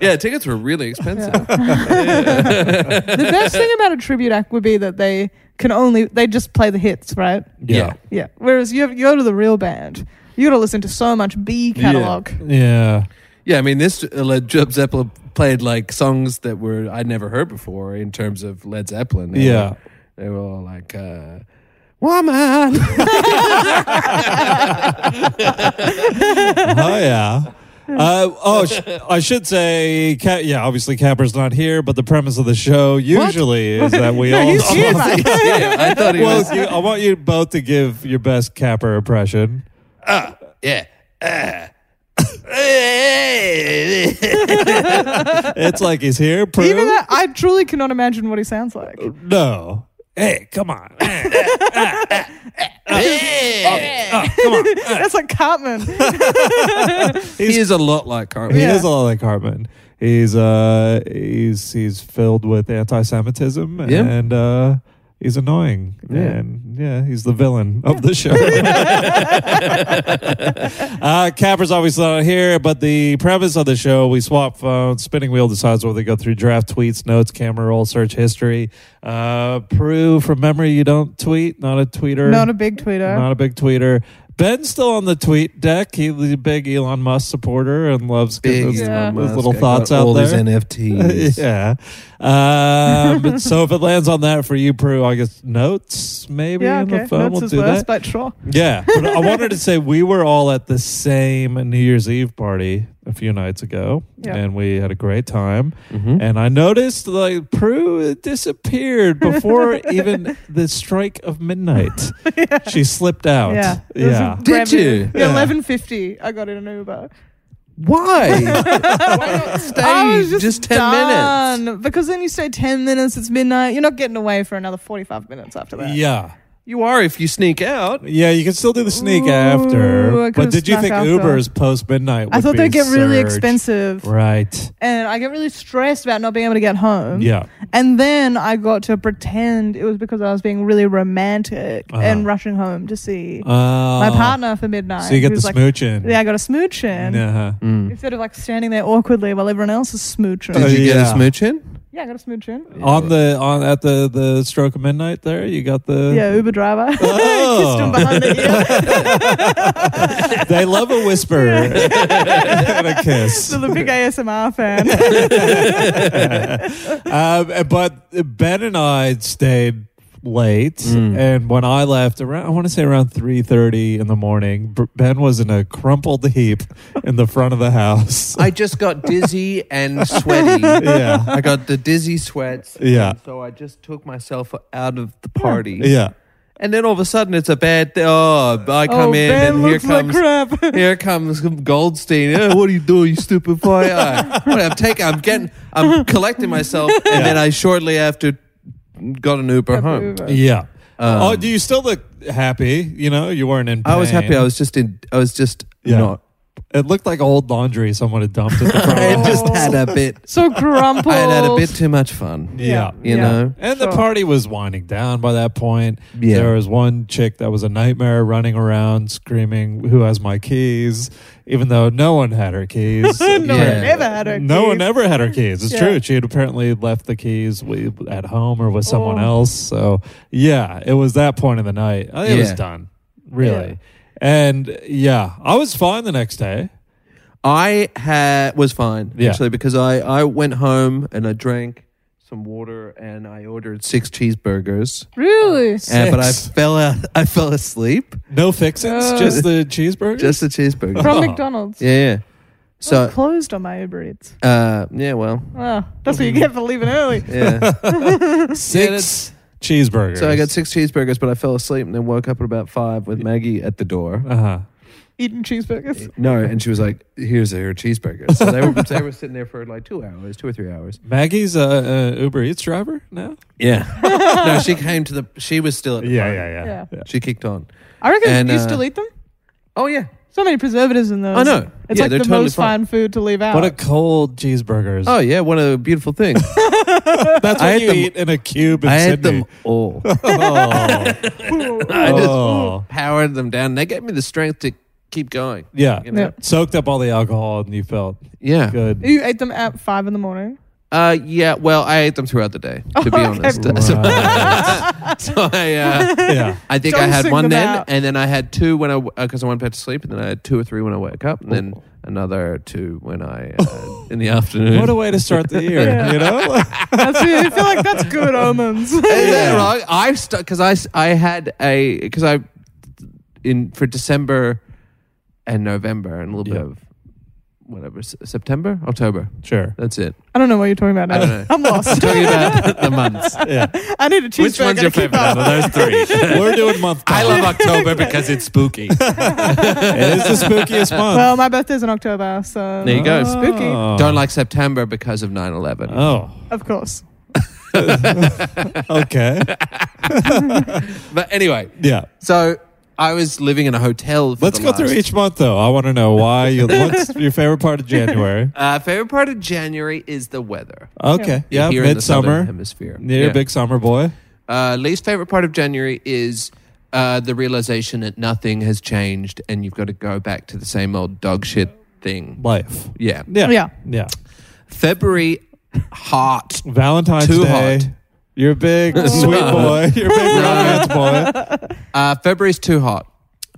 Speaker 3: yeah, tickets were really expensive.
Speaker 4: The best thing about a tribute act would be that they can only they just play the hits, right?
Speaker 3: Yeah.
Speaker 4: Yeah. Whereas you, you go to the real band, you got to listen to so much B catalog.
Speaker 2: yeah, yeah.
Speaker 3: Yeah, I mean, this uh, Led Job Zeppelin played like songs that were I'd never heard before in terms of Led Zeppelin. They
Speaker 2: Yeah.
Speaker 3: were- they were all like, uh, "Woman."
Speaker 2: oh yeah. Uh, oh, sh- I should say, Ca- yeah. Obviously, Capper's not here, but the premise of the show usually is that we all.
Speaker 4: he's here, mate.
Speaker 3: yeah, I thought he was.
Speaker 2: well, you, I want you both to give your best Capper impression.
Speaker 3: Yeah. Uh.
Speaker 2: It's like he's here. Prue?
Speaker 4: Even that, I truly cannot imagine what he sounds like.
Speaker 2: no. Hey, come on.
Speaker 4: That's like Cartman.
Speaker 3: he is a lot like Carmen.
Speaker 2: He
Speaker 4: Yeah.
Speaker 2: is a lot like Hartman. He's uh he's he's filled with anti-Semitism
Speaker 3: Yeah.
Speaker 2: and uh he's annoying.
Speaker 3: Yeah.
Speaker 2: And yeah, he's the villain of the show. uh Capper's obviously not here, but the premise of the show, we swap phones, spinning wheel decides whether they go through draft tweets, notes, camera roll, search history. Uh Prue, from memory, you don't tweet, not a tweeter.
Speaker 4: Not a big tweeter.
Speaker 2: Not a big tweeter. Ben's still on the tweet deck. He's a big Elon Musk supporter and loves
Speaker 3: Big
Speaker 2: giving his,
Speaker 4: Elon
Speaker 2: his
Speaker 4: Musk.
Speaker 2: little
Speaker 1: I got
Speaker 2: thoughts out
Speaker 1: all
Speaker 2: there.
Speaker 1: these NFTs.
Speaker 2: yeah. Um, but so if it lands on that for you, Prue, I guess notes maybe
Speaker 4: yeah,
Speaker 2: in
Speaker 4: okay.
Speaker 2: the phone.
Speaker 4: That's
Speaker 2: we'll
Speaker 4: his
Speaker 2: do
Speaker 4: worst,
Speaker 2: that.
Speaker 4: but sure.
Speaker 2: Yeah, but I wanted to say we were all at the same New Year's Eve party a few nights ago,
Speaker 4: Yeah.
Speaker 2: and we had a great time.
Speaker 3: Mm-hmm.
Speaker 2: And I noticed like Prue disappeared before even the strike of midnight. She slipped out.
Speaker 4: Yeah. It was
Speaker 2: Oh, yeah.
Speaker 4: a
Speaker 1: Did
Speaker 4: grand-
Speaker 1: you?
Speaker 4: Yeah,
Speaker 2: Yeah.
Speaker 4: 11.50. I got in an Uber.
Speaker 1: Why?
Speaker 3: Why not stay
Speaker 4: I was
Speaker 3: just,
Speaker 4: just,
Speaker 3: 10 minutes?
Speaker 4: done. Because then you stay 10 minutes, it's midnight. You're not getting away for another 45 minutes after that.
Speaker 2: yeah.
Speaker 3: You are if you sneak out.
Speaker 2: Yeah, you can still do the sneak
Speaker 4: Ooh, I
Speaker 2: after. But
Speaker 4: could've
Speaker 2: did you
Speaker 4: snuck
Speaker 2: think
Speaker 4: after.
Speaker 2: Uber's post midnight?
Speaker 4: I thought they'd get really expensive.
Speaker 2: Right.
Speaker 4: And I get really stressed about not being able to get home.
Speaker 2: Yeah.
Speaker 4: And then I got to pretend it was because I was being really romantic
Speaker 2: Uh-huh.
Speaker 4: and rushing home to see
Speaker 2: Uh,
Speaker 4: my
Speaker 3: Uh-huh.
Speaker 4: partner for midnight.
Speaker 2: So you get
Speaker 4: He
Speaker 2: the
Speaker 4: was like,
Speaker 2: smooching.
Speaker 4: Yeah, I got a smooch in.
Speaker 2: Uh-huh.
Speaker 4: Instead of like standing there awkwardly while everyone else is smooching.
Speaker 2: Uh,
Speaker 3: Mm. Did you get
Speaker 2: yeah.
Speaker 3: a smooch in?
Speaker 4: yeah, I got a smooch in.
Speaker 2: on the on at the the stroke of midnight there you got
Speaker 3: Uh,
Speaker 2: the
Speaker 4: Yeah, Uber driver. Kissed
Speaker 2: Oh.
Speaker 4: him behind the ear.
Speaker 2: they love a whisper and a kiss
Speaker 4: So the big ASMR fan.
Speaker 2: um, but ben and i stayed late
Speaker 3: Mm.
Speaker 2: and when i left around i want to say around 3.30 in the morning B- ben was in a crumpled heap in the front of the house
Speaker 3: I just got dizzy and sweaty.
Speaker 2: Yeah.
Speaker 3: I got the dizzy sweats.
Speaker 2: Yeah.
Speaker 3: And So I just took myself out of the party.
Speaker 2: yeah
Speaker 3: And then all of a sudden it's a bad thing. Oh, I come
Speaker 4: oh,
Speaker 3: in
Speaker 4: Ben
Speaker 3: and here
Speaker 4: looks
Speaker 3: comes
Speaker 4: like crap.
Speaker 3: here comes Goldstein. Oh, what are you doing, you stupid boy? I, what, I'm taking I'm getting I'm collecting myself and then I shortly after got an Uber home.
Speaker 4: Uber.
Speaker 2: yeah
Speaker 3: Um,
Speaker 2: oh do you still look happy you know you weren't in pain.
Speaker 3: I was happy. I was just in. I was just
Speaker 2: Yeah.
Speaker 3: not.
Speaker 2: it looked like old laundry someone had dumped at the front
Speaker 3: I
Speaker 2: of the
Speaker 3: just had a bit.
Speaker 4: So crumpled.
Speaker 3: I had had a bit too much fun.
Speaker 2: Yeah.
Speaker 3: You know.
Speaker 2: And the
Speaker 4: Sure.
Speaker 2: party was winding down by that point.
Speaker 3: Yeah.
Speaker 2: There was one chick that was a nightmare running around screaming, Who has my keys? Even though no one had her keys.
Speaker 4: no one
Speaker 3: Yeah.
Speaker 4: ever had her
Speaker 2: No one
Speaker 4: keys.
Speaker 2: ever had her keys. It's
Speaker 4: Yeah.
Speaker 2: true. She had apparently left the keys wi- at home or with someone
Speaker 4: Oh.
Speaker 2: else. So, yeah, it was that point in the night. I think It was
Speaker 3: Yeah.
Speaker 2: done, really. And yeah, I was fine the next day.
Speaker 3: I had was fine
Speaker 2: Yeah.
Speaker 3: actually because I I went home and I drank some water and I ordered six cheeseburgers.
Speaker 4: Really?
Speaker 3: And, but I
Speaker 2: Six.
Speaker 3: fell out. I fell asleep.
Speaker 2: No fixins,
Speaker 4: Oh.
Speaker 2: just the cheeseburger.
Speaker 3: Just a cheeseburger.
Speaker 4: From
Speaker 2: Oh.
Speaker 4: McDonald's.
Speaker 3: yeah. yeah. So
Speaker 4: closed on my Uber Eats.
Speaker 3: uh, yeah. Well.
Speaker 4: Wow, that's what you get for leaving early.
Speaker 3: Yeah.
Speaker 2: six cheeseburgers.
Speaker 3: so I got six cheeseburgers, but I fell asleep and then woke up at about five with Maggie at the door.
Speaker 2: Uh huh.
Speaker 4: Eating cheeseburgers.
Speaker 3: No, and she was like, "Here's her cheeseburger." So they were they were sitting there for like two hours, two or three hours.
Speaker 2: Maggie's a, a Uber Eats driver now.
Speaker 3: Yeah. no, she came to the. She was still at the party.
Speaker 4: Yeah.
Speaker 3: She kicked on.
Speaker 4: I reckon
Speaker 3: And,
Speaker 4: you
Speaker 3: uh,
Speaker 4: still eat them.
Speaker 3: Oh yeah.
Speaker 4: So many preservatives in those.
Speaker 3: I know.
Speaker 4: It's
Speaker 3: Yeah,
Speaker 4: like the
Speaker 3: they're totally
Speaker 4: most
Speaker 3: fine.
Speaker 4: fine food to leave out.
Speaker 2: What a cold cheeseburger is.
Speaker 3: Oh yeah. One of the beautiful things.
Speaker 2: that's what
Speaker 3: I had
Speaker 2: you
Speaker 3: them-
Speaker 2: eat in a cube in
Speaker 3: I had
Speaker 2: Sydney.
Speaker 3: them all.
Speaker 2: Oh.
Speaker 3: I just
Speaker 2: Oh.
Speaker 3: powered them down. They gave me the strength to keep going.
Speaker 2: yeah.
Speaker 3: You know?
Speaker 4: Yeah.
Speaker 2: Soaked up all the alcohol and you felt
Speaker 3: Yeah.
Speaker 2: good.
Speaker 4: you ate them at five in the morning.
Speaker 3: Uh, yeah. Well, I ate them throughout the day. To be
Speaker 4: okay.
Speaker 3: honest.
Speaker 2: Right.
Speaker 3: So, so I. Uh,
Speaker 2: yeah.
Speaker 3: I think I had
Speaker 4: Dosing
Speaker 3: one
Speaker 4: them
Speaker 3: then,
Speaker 4: out.
Speaker 3: and then I had two when I because I went back to sleep, and then I had two or three when I woke up, and then another two when I uh, in the afternoon.
Speaker 2: What a way to start the year,
Speaker 4: Yeah.
Speaker 2: you know?
Speaker 4: That's it. I feel like that's good omens.
Speaker 3: Is
Speaker 2: Yeah.
Speaker 3: that wrong? I stuck because I s- I had a because I in for December and November and a little
Speaker 2: Yeah.
Speaker 3: bit of whatever S- September October.
Speaker 2: sure.
Speaker 3: That's it.
Speaker 4: I don't know what you're talking about now.
Speaker 3: I don't know.
Speaker 4: am lost.
Speaker 3: Talking about the months.
Speaker 2: Yeah.
Speaker 4: I need a cheeseburger.
Speaker 3: Which one's your
Speaker 4: to keep
Speaker 3: favorite
Speaker 4: up.
Speaker 3: out of those three?
Speaker 2: We're doing month.
Speaker 1: I
Speaker 2: time.
Speaker 1: love October because it's spooky.
Speaker 2: it is the spookiest month.
Speaker 4: Well, my birthday's in October, so Oh.
Speaker 3: There you go.
Speaker 4: Spooky.
Speaker 3: Don't like September because of 9-11.
Speaker 2: Oh.
Speaker 4: Of course.
Speaker 2: Okay.
Speaker 3: But anyway,
Speaker 2: Yeah.
Speaker 3: so I was living in a hotel. For
Speaker 2: Let's
Speaker 3: the
Speaker 2: go through
Speaker 3: last-
Speaker 2: each month though. I want to know why you what's your favorite part of January?
Speaker 3: Uh, favorite part of January is the weather.
Speaker 2: Okay. Yeah,
Speaker 3: Here in the southern
Speaker 2: midsummer.
Speaker 3: hemisphere.
Speaker 2: You're
Speaker 3: Yeah.
Speaker 2: a big summer boy.
Speaker 3: Uh, least favorite part of January is uh, the realization that nothing has changed and you've got to go back to the same old dog shit thing.
Speaker 2: Life.
Speaker 3: Yeah.
Speaker 2: Yeah.
Speaker 4: Yeah.
Speaker 2: Yeah.
Speaker 3: February, hot.
Speaker 2: Valentine's
Speaker 3: Too
Speaker 2: Day.
Speaker 3: hot.
Speaker 2: You're a big sweet boy. You're a big romance boy.
Speaker 3: Uh, February's too hot.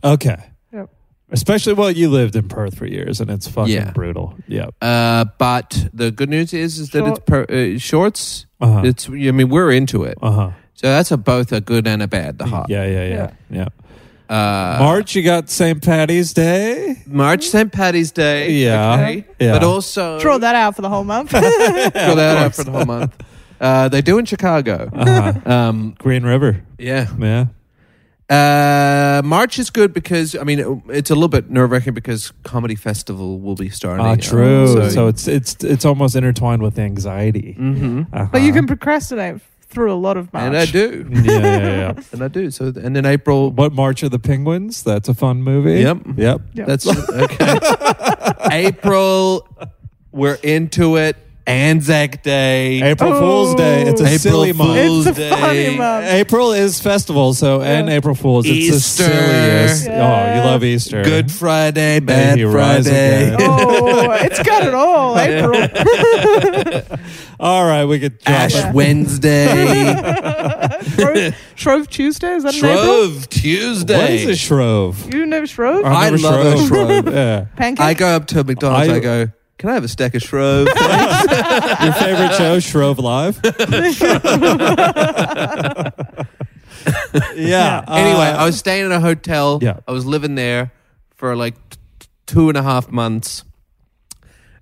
Speaker 2: Okay.
Speaker 4: Yeah.
Speaker 2: Especially well, you lived in Perth for years, and it's fucking
Speaker 3: Yeah.
Speaker 2: brutal. Yeah.
Speaker 3: Uh, but the good news is, is that it's per, uh, shorts.
Speaker 2: Uh huh.
Speaker 3: It's I mean we're into it,
Speaker 2: Uh huh.
Speaker 3: so that's a, both a good and a bad. The hot.
Speaker 2: Yeah, yeah, yeah, yeah.
Speaker 3: Uh,
Speaker 2: March, you got St. Patty's Day.
Speaker 3: March St. Patty's Day.
Speaker 2: Yeah.
Speaker 3: okay.
Speaker 2: Yeah.
Speaker 3: But also
Speaker 4: Draw that out for the whole month.
Speaker 3: draw that out for the whole month. Uh, they do in Chicago.
Speaker 2: Uh-huh.
Speaker 3: Um,
Speaker 2: Green River.
Speaker 3: yeah.
Speaker 2: Yeah.
Speaker 3: Uh, March is good because I mean it- it's a little bit nerve wracking because comedy festival will be starting.
Speaker 2: Ah,
Speaker 3: um,
Speaker 2: true. So, it's it's it's almost intertwined with anxiety.
Speaker 3: Mhm.
Speaker 2: Uh-huh.
Speaker 4: Mm. but you can procrastinate through a lot of March.
Speaker 3: and I do,
Speaker 2: Yeah, yeah, yeah. yeah.
Speaker 3: and I do. So and then April.
Speaker 2: What March of the Penguins? That's a fun movie.
Speaker 3: Yep.
Speaker 2: Yep.
Speaker 4: Yeah.
Speaker 3: That's okay. April, we're into it. Anzac Day.
Speaker 2: April Fool's Day. It's a
Speaker 3: April
Speaker 2: silly month.
Speaker 3: Fool's
Speaker 4: It's a funny
Speaker 3: Day.
Speaker 4: month.
Speaker 2: April is festival, so and
Speaker 4: Yeah.
Speaker 2: April Fools. It's
Speaker 3: Easter.
Speaker 2: the silliest. Oh,
Speaker 4: Yeah.
Speaker 2: you love Easter.
Speaker 3: Good Friday,
Speaker 2: May
Speaker 3: Bad
Speaker 2: he rise
Speaker 3: Friday.
Speaker 2: again.
Speaker 4: oh, it's got it all. April.
Speaker 2: All right, we could drop
Speaker 3: Ash
Speaker 2: it.
Speaker 3: Wednesday.
Speaker 4: Shrove, Shrove Tuesday is that in April?
Speaker 3: Shrove Tuesday.
Speaker 2: What is a shrove?
Speaker 4: You know Shrove?
Speaker 3: I
Speaker 2: I've never
Speaker 3: love a shrove.
Speaker 2: yeah.
Speaker 4: Pancake.
Speaker 3: I go up to McDonald's.
Speaker 2: I-
Speaker 3: I, go, can I have a stack of shrove? please?"
Speaker 2: Your favorite show, Shrove Live? yeah. uh,
Speaker 3: anyway, I was staying in a hotel.
Speaker 2: Yeah.
Speaker 3: I was living there for like t- t- two and a half months,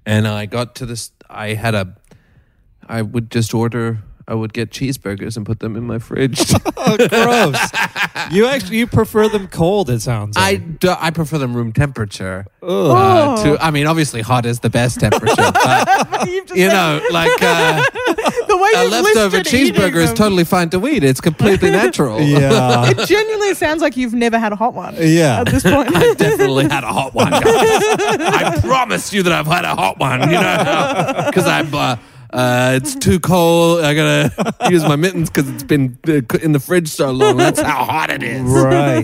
Speaker 3: and I got to this. I had a. I would just order. I would get cheeseburgers and put them in my fridge.
Speaker 2: gross. you actually you prefer them cold. It sounds.
Speaker 3: I,
Speaker 2: Like.
Speaker 3: do, I prefer them room temperature.
Speaker 2: Ugh.
Speaker 3: Uh,
Speaker 4: Oh.
Speaker 3: to, I mean, obviously, hot is the best temperature. but,
Speaker 4: You've just
Speaker 3: you
Speaker 4: said-
Speaker 3: know, like uh,
Speaker 4: the way
Speaker 3: a
Speaker 4: you
Speaker 3: leftover
Speaker 4: listed eating
Speaker 3: cheeseburger is
Speaker 4: them,
Speaker 3: totally fine to eat. It's completely natural.
Speaker 2: Yeah.
Speaker 4: It genuinely sounds like you've never had a hot one.
Speaker 2: Yeah.
Speaker 4: At this point,
Speaker 3: I've definitely had a hot one. guys. I promise you that I've had a hot one. You know, because I'm. Uh, uh, it's too cold. I gotta use my mittens because it's been uh, c- in the fridge so long. That's how hot it is.
Speaker 2: right.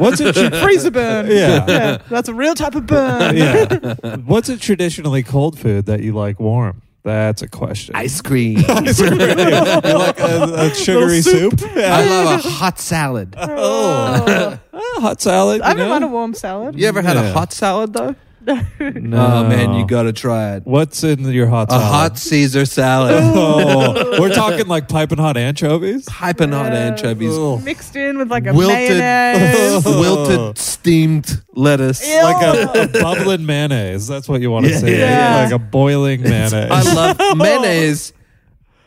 Speaker 2: What's it? Tra-
Speaker 4: freezer burn.
Speaker 2: Yeah.
Speaker 4: That's a real type of burn.
Speaker 2: yeah. What's a traditionally cold food that you like warm? That's a question.
Speaker 3: Ice cream.
Speaker 2: you like a, a sugary soup?
Speaker 3: I
Speaker 2: Yeah.
Speaker 3: love a hot salad.
Speaker 4: Oh.
Speaker 2: Uh, hot salad.
Speaker 4: I've
Speaker 2: you
Speaker 4: never had a
Speaker 2: know?
Speaker 4: warm salad.
Speaker 3: You ever had
Speaker 2: Yeah.
Speaker 3: a hot salad though?
Speaker 2: No.
Speaker 3: Oh man, you gotta try it.
Speaker 2: What's in your hot
Speaker 3: A
Speaker 2: salad?
Speaker 3: hot Caesar salad,
Speaker 2: Oh, we're talking like piping hot anchovies.
Speaker 3: piping hot anchovies,
Speaker 2: Ugh.
Speaker 4: Mixed in with like a
Speaker 3: Wilted.
Speaker 4: mayonnaise.
Speaker 3: wilted steamed lettuce.
Speaker 4: Ew.
Speaker 2: Like a, a bubbling mayonnaise. That's what you want to
Speaker 3: Yeah,
Speaker 2: say.
Speaker 4: yeah, yeah.
Speaker 2: Like a boiling mayonnaise.
Speaker 3: I love mayonnaise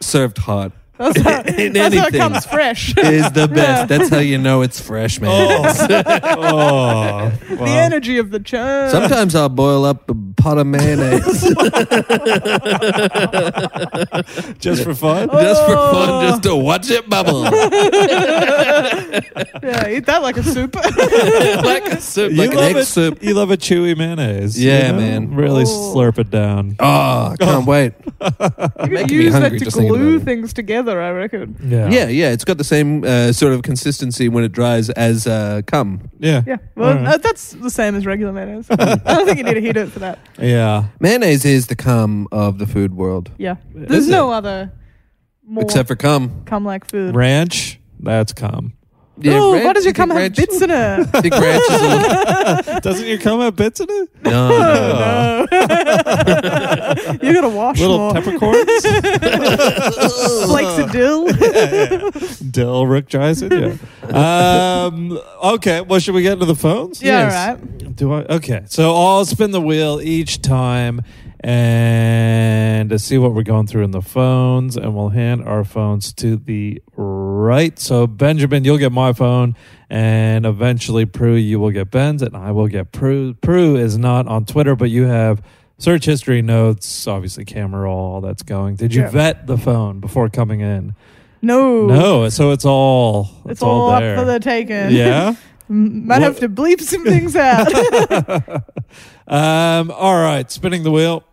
Speaker 3: served hot.
Speaker 4: That's how,
Speaker 3: In
Speaker 4: that's how it
Speaker 3: anything.
Speaker 4: comes fresh.
Speaker 3: is the
Speaker 4: Yeah.
Speaker 3: best. That's how you know it's fresh, man.
Speaker 2: Oh, oh,
Speaker 4: The
Speaker 2: wow.
Speaker 4: energy of the church.
Speaker 3: Sometimes I'll boil up a pot of mayonnaise
Speaker 2: just for fun.
Speaker 3: just for fun,
Speaker 4: Oh.
Speaker 3: just to watch it bubble
Speaker 4: Yeah, eat that like a soup.
Speaker 3: like a soup, like an
Speaker 2: love
Speaker 3: egg
Speaker 2: a,
Speaker 3: soup.
Speaker 2: You love a chewy mayonnaise.
Speaker 3: Yeah,
Speaker 2: you know?
Speaker 3: man.
Speaker 2: Really
Speaker 4: Oh.
Speaker 2: slurp it down.
Speaker 3: Oh, I can't wait.
Speaker 4: you could
Speaker 3: making me
Speaker 4: use that
Speaker 3: hungry
Speaker 4: to
Speaker 3: just thinking
Speaker 4: glue
Speaker 3: about it. Mm.
Speaker 4: things together, I reckon.
Speaker 2: Yeah,
Speaker 3: Yeah, yeah. It's got the same uh, sort of consistency when it dries as uh, cum.
Speaker 2: yeah,
Speaker 4: Yeah, well,
Speaker 2: Alright.
Speaker 4: uh, that's the same as regular mayonnaise. I don't think you need to heat it for that.
Speaker 2: yeah.
Speaker 3: Mayonnaise is the cum of the food world,
Speaker 4: Yeah, there's
Speaker 3: Is
Speaker 4: no other more
Speaker 3: except for cum.
Speaker 4: cum like food.
Speaker 2: Ranch. That's cum.
Speaker 3: Yeah,
Speaker 4: Ooh,
Speaker 3: ranch-
Speaker 4: why does
Speaker 3: you
Speaker 4: your cum
Speaker 3: think
Speaker 4: have
Speaker 3: ranch-
Speaker 4: bits in it?
Speaker 3: I think ranch is a little-
Speaker 2: Doesn't your cum have bits in it?
Speaker 3: No, no.
Speaker 4: Oh, No. you gotta wash
Speaker 2: Little
Speaker 4: more.
Speaker 2: peppercorns,
Speaker 4: Flakes of dill.
Speaker 2: dill, rook, gyson. Yeah. Um, okay. Well, should we get into the phones?
Speaker 4: yeah,
Speaker 2: Yes.
Speaker 4: all right.
Speaker 2: Do I? Okay. So I'll spin the wheel each time and to see what we're going through in the phones, and we'll hand our phones to the right. So, Benjamin, you'll get my phone, and eventually, Prue, you will get Ben's, and I will get Prue. Prue is not on Twitter, but you have search history notes, obviously, camera roll, all that's going. Did you
Speaker 4: Yeah.
Speaker 2: vet the phone before coming in?
Speaker 4: No.
Speaker 2: No. So it's all, it's,
Speaker 4: It's, all, up
Speaker 2: there.
Speaker 4: for the taking.
Speaker 2: yeah.
Speaker 4: M- Might
Speaker 2: What-
Speaker 4: have to bleep some things out.
Speaker 2: Um, all right, spinning the wheel.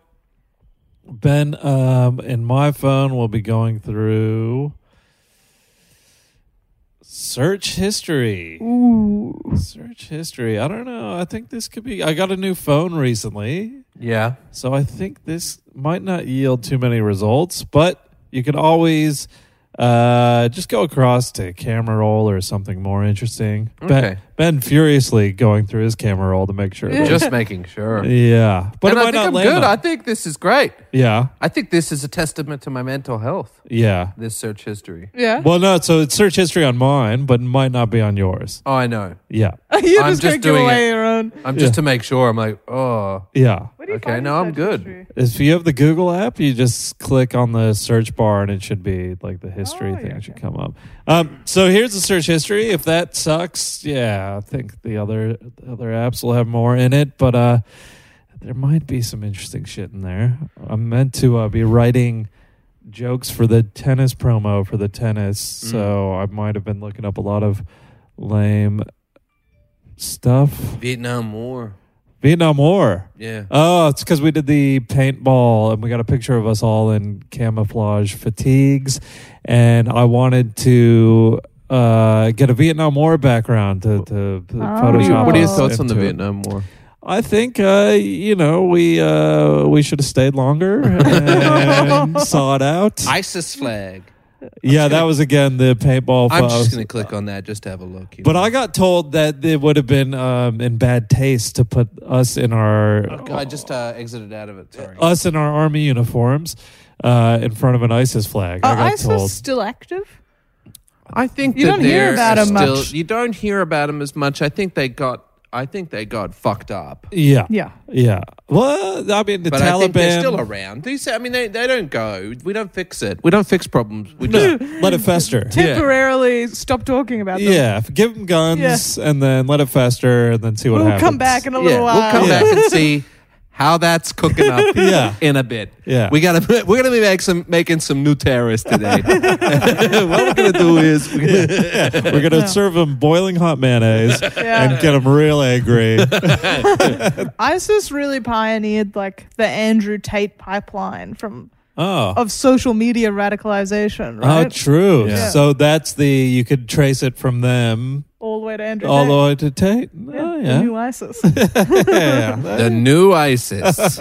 Speaker 2: Ben, um, in my phone, we'll be going through search history.
Speaker 4: Ooh.
Speaker 2: Search history. I don't know. I think this could be. I got a new phone recently,
Speaker 3: yeah.
Speaker 2: so I think this might not yield too many results, but you could always Uh, just go across to camera roll or something more interesting.
Speaker 3: Okay.
Speaker 2: Ben, ben furiously going through his camera roll to make sure. that-
Speaker 3: Just making sure.
Speaker 2: yeah, but
Speaker 3: and
Speaker 2: it
Speaker 3: I
Speaker 2: might
Speaker 3: think
Speaker 2: not
Speaker 3: I'm
Speaker 2: land
Speaker 3: good.
Speaker 2: on-
Speaker 3: I think this is great.
Speaker 2: yeah,
Speaker 3: I think this is a testament to my mental health.
Speaker 2: yeah.
Speaker 3: This search history.
Speaker 4: Yeah.
Speaker 2: Well, no. So it's search history on mine, but it might not be on yours.
Speaker 3: Oh, I know.
Speaker 2: Yeah,
Speaker 4: You're
Speaker 3: I'm
Speaker 4: just, going
Speaker 3: just
Speaker 4: to give
Speaker 3: doing
Speaker 4: away
Speaker 3: it.
Speaker 4: your own.
Speaker 3: I'm just
Speaker 2: Yeah.
Speaker 3: to make sure. I'm like, oh,
Speaker 2: yeah.
Speaker 4: Where do you
Speaker 3: Okay,
Speaker 4: find
Speaker 3: no,
Speaker 4: your
Speaker 3: I'm
Speaker 4: search
Speaker 3: good.
Speaker 4: history?
Speaker 2: If you have the Google app, you just click on the search bar and it should be like the history
Speaker 4: Oh,
Speaker 2: thing
Speaker 4: yeah,
Speaker 2: should come up. Um, so here's the search history. If that sucks, yeah, I think the other the other apps will have more in it, but uh, there might be some interesting shit in there. I'm meant to uh, be writing jokes for the tennis promo for the tennis,
Speaker 4: Mm.
Speaker 2: so I might have been looking up a lot of lame stuff.
Speaker 3: Vietnam War.
Speaker 2: Vietnam War.
Speaker 3: Yeah.
Speaker 2: Oh, it's because we did the paintball and we got a picture of us all in camouflage fatigues. And I wanted to uh, get a Vietnam War background to, to, to
Speaker 3: What are, you-
Speaker 2: Photoshop.
Speaker 3: what are your
Speaker 2: us
Speaker 3: thoughts on the
Speaker 2: into it.
Speaker 3: Vietnam War?
Speaker 2: I think, uh, you know, we uh, we should have stayed longer and saw it out.
Speaker 3: ISIS flag.
Speaker 2: yeah, that was again the paintball.
Speaker 3: I'm
Speaker 2: photos.
Speaker 3: just going to click on that just to have a look. you
Speaker 2: But
Speaker 3: know.
Speaker 2: I got told that it would have been um, in bad taste to put us in our
Speaker 3: I just uh, exited out of it. Sorry.
Speaker 2: us in our army uniforms uh, in front of an ISIS flag. I
Speaker 4: Are
Speaker 2: got
Speaker 4: ISIS
Speaker 2: told.
Speaker 4: Uh, still active?
Speaker 3: I think
Speaker 4: You
Speaker 3: that
Speaker 4: don't hear
Speaker 3: they're
Speaker 4: about 'em
Speaker 3: still-
Speaker 4: much.
Speaker 3: You don't hear about them as much. I think they got. I think they got fucked up.
Speaker 2: yeah,
Speaker 4: Yeah.
Speaker 2: yeah. Well, I mean, the
Speaker 3: But
Speaker 2: Taliban.
Speaker 3: I think they're still around. These, I mean, they, they don't go. We don't fix it. We don't fix problems. We
Speaker 2: No,
Speaker 3: just
Speaker 2: let it fester.
Speaker 4: Temporarily stop talking about them.
Speaker 2: Yeah, give them guns and then let it fester and then see what
Speaker 4: We'll
Speaker 2: happens.
Speaker 4: come back in a little
Speaker 3: yeah,
Speaker 4: while.
Speaker 3: we'll come
Speaker 2: Yeah.
Speaker 3: back and see how that's cooking up.
Speaker 2: Yeah.
Speaker 3: in a bit.
Speaker 2: Yeah.
Speaker 3: we gotta we're gonna be make some, making some new terrorists today. what we're gonna do is we're gonna,
Speaker 2: We're gonna serve them boiling hot mayonnaise
Speaker 4: Yeah.
Speaker 2: and get them real angry.
Speaker 4: ISIS really pioneered like the Andrew Tate pipeline from
Speaker 2: Oh,
Speaker 4: of social media radicalization, right?
Speaker 2: oh, true.
Speaker 4: Yeah.
Speaker 2: So that's the you could trace it from them
Speaker 4: All the way to Andrew
Speaker 2: all the
Speaker 4: Tate.
Speaker 2: way to Tate. Oh,
Speaker 4: the new ISIS.
Speaker 2: yeah,
Speaker 3: the new ISIS.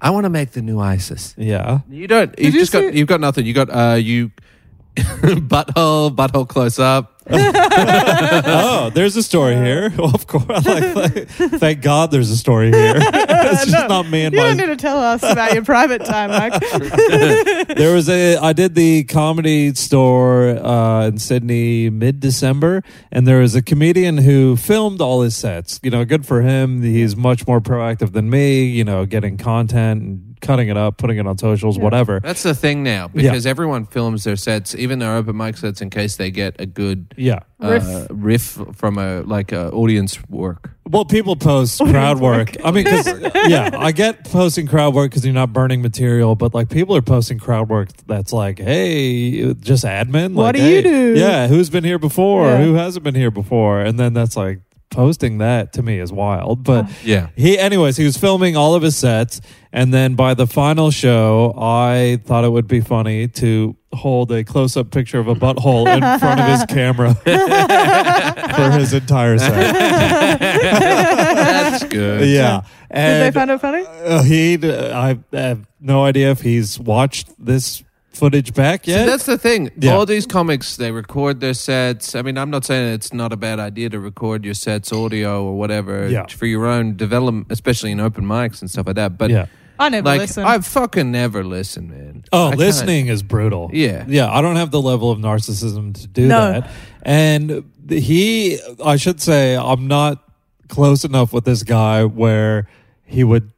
Speaker 3: I want to make the new ISIS.
Speaker 2: yeah.
Speaker 3: You don't. You've
Speaker 4: you
Speaker 3: just got.
Speaker 4: see-
Speaker 3: You've got nothing. You got. Uh, you butthole. Butthole close up.
Speaker 2: oh, there's a story here. Well, of course. Like, like, thank God there's a story here. it's just not me and
Speaker 4: you don't need to
Speaker 2: my.
Speaker 4: tell us about your private time, Mike.
Speaker 2: There was a. I did the comedy store uh, in Sydney mid December, and there was a comedian who filmed all his sets. You know, good for him. He's much more proactive than me. You know, getting content and cutting it up, putting it on socials, whatever.
Speaker 3: That's the thing now because everyone films their sets, even their open mic sets, in case they get a good
Speaker 2: Yeah.
Speaker 3: uh, riff from a like a audience work.
Speaker 2: Well, people post crowd work. I mean, 'cause- yeah, I get posting crowd work because you're not burning material, but like people are posting crowd work that's like, hey, just admin.
Speaker 4: What
Speaker 2: like,
Speaker 4: do you
Speaker 2: hey,
Speaker 4: do?
Speaker 2: Yeah, who's been here before?
Speaker 4: Yeah.
Speaker 2: Who hasn't been here before? And then that's like posting that to me is wild. But
Speaker 3: Yeah.
Speaker 2: he, anyways, he was filming all of his sets, and then by the final show, I thought it would be funny to hold a close-up picture of a butthole in front of his camera for his entire set.
Speaker 3: That's good.
Speaker 2: Yeah.
Speaker 4: Did they
Speaker 2: And
Speaker 4: find it funny?
Speaker 2: uh, he, uh, I have no idea if he's watched this footage back
Speaker 3: See,
Speaker 2: yet.
Speaker 3: that's the thing.
Speaker 2: Yeah.
Speaker 3: All these comics, they record their sets. I mean, I'm not saying it's not a bad idea to record your sets, audio or whatever,
Speaker 2: Yeah.
Speaker 3: for your own development, especially in open mics and stuff like that. But
Speaker 2: yeah.
Speaker 4: I never
Speaker 3: like,
Speaker 4: listen.
Speaker 3: I fucking never listen, man.
Speaker 2: Oh,
Speaker 3: I can't-
Speaker 2: listening is brutal.
Speaker 3: Yeah.
Speaker 2: Yeah. I don't have the level of narcissism to do
Speaker 4: No.
Speaker 2: that. And th- he, I should say, I'm not close enough with this guy where he would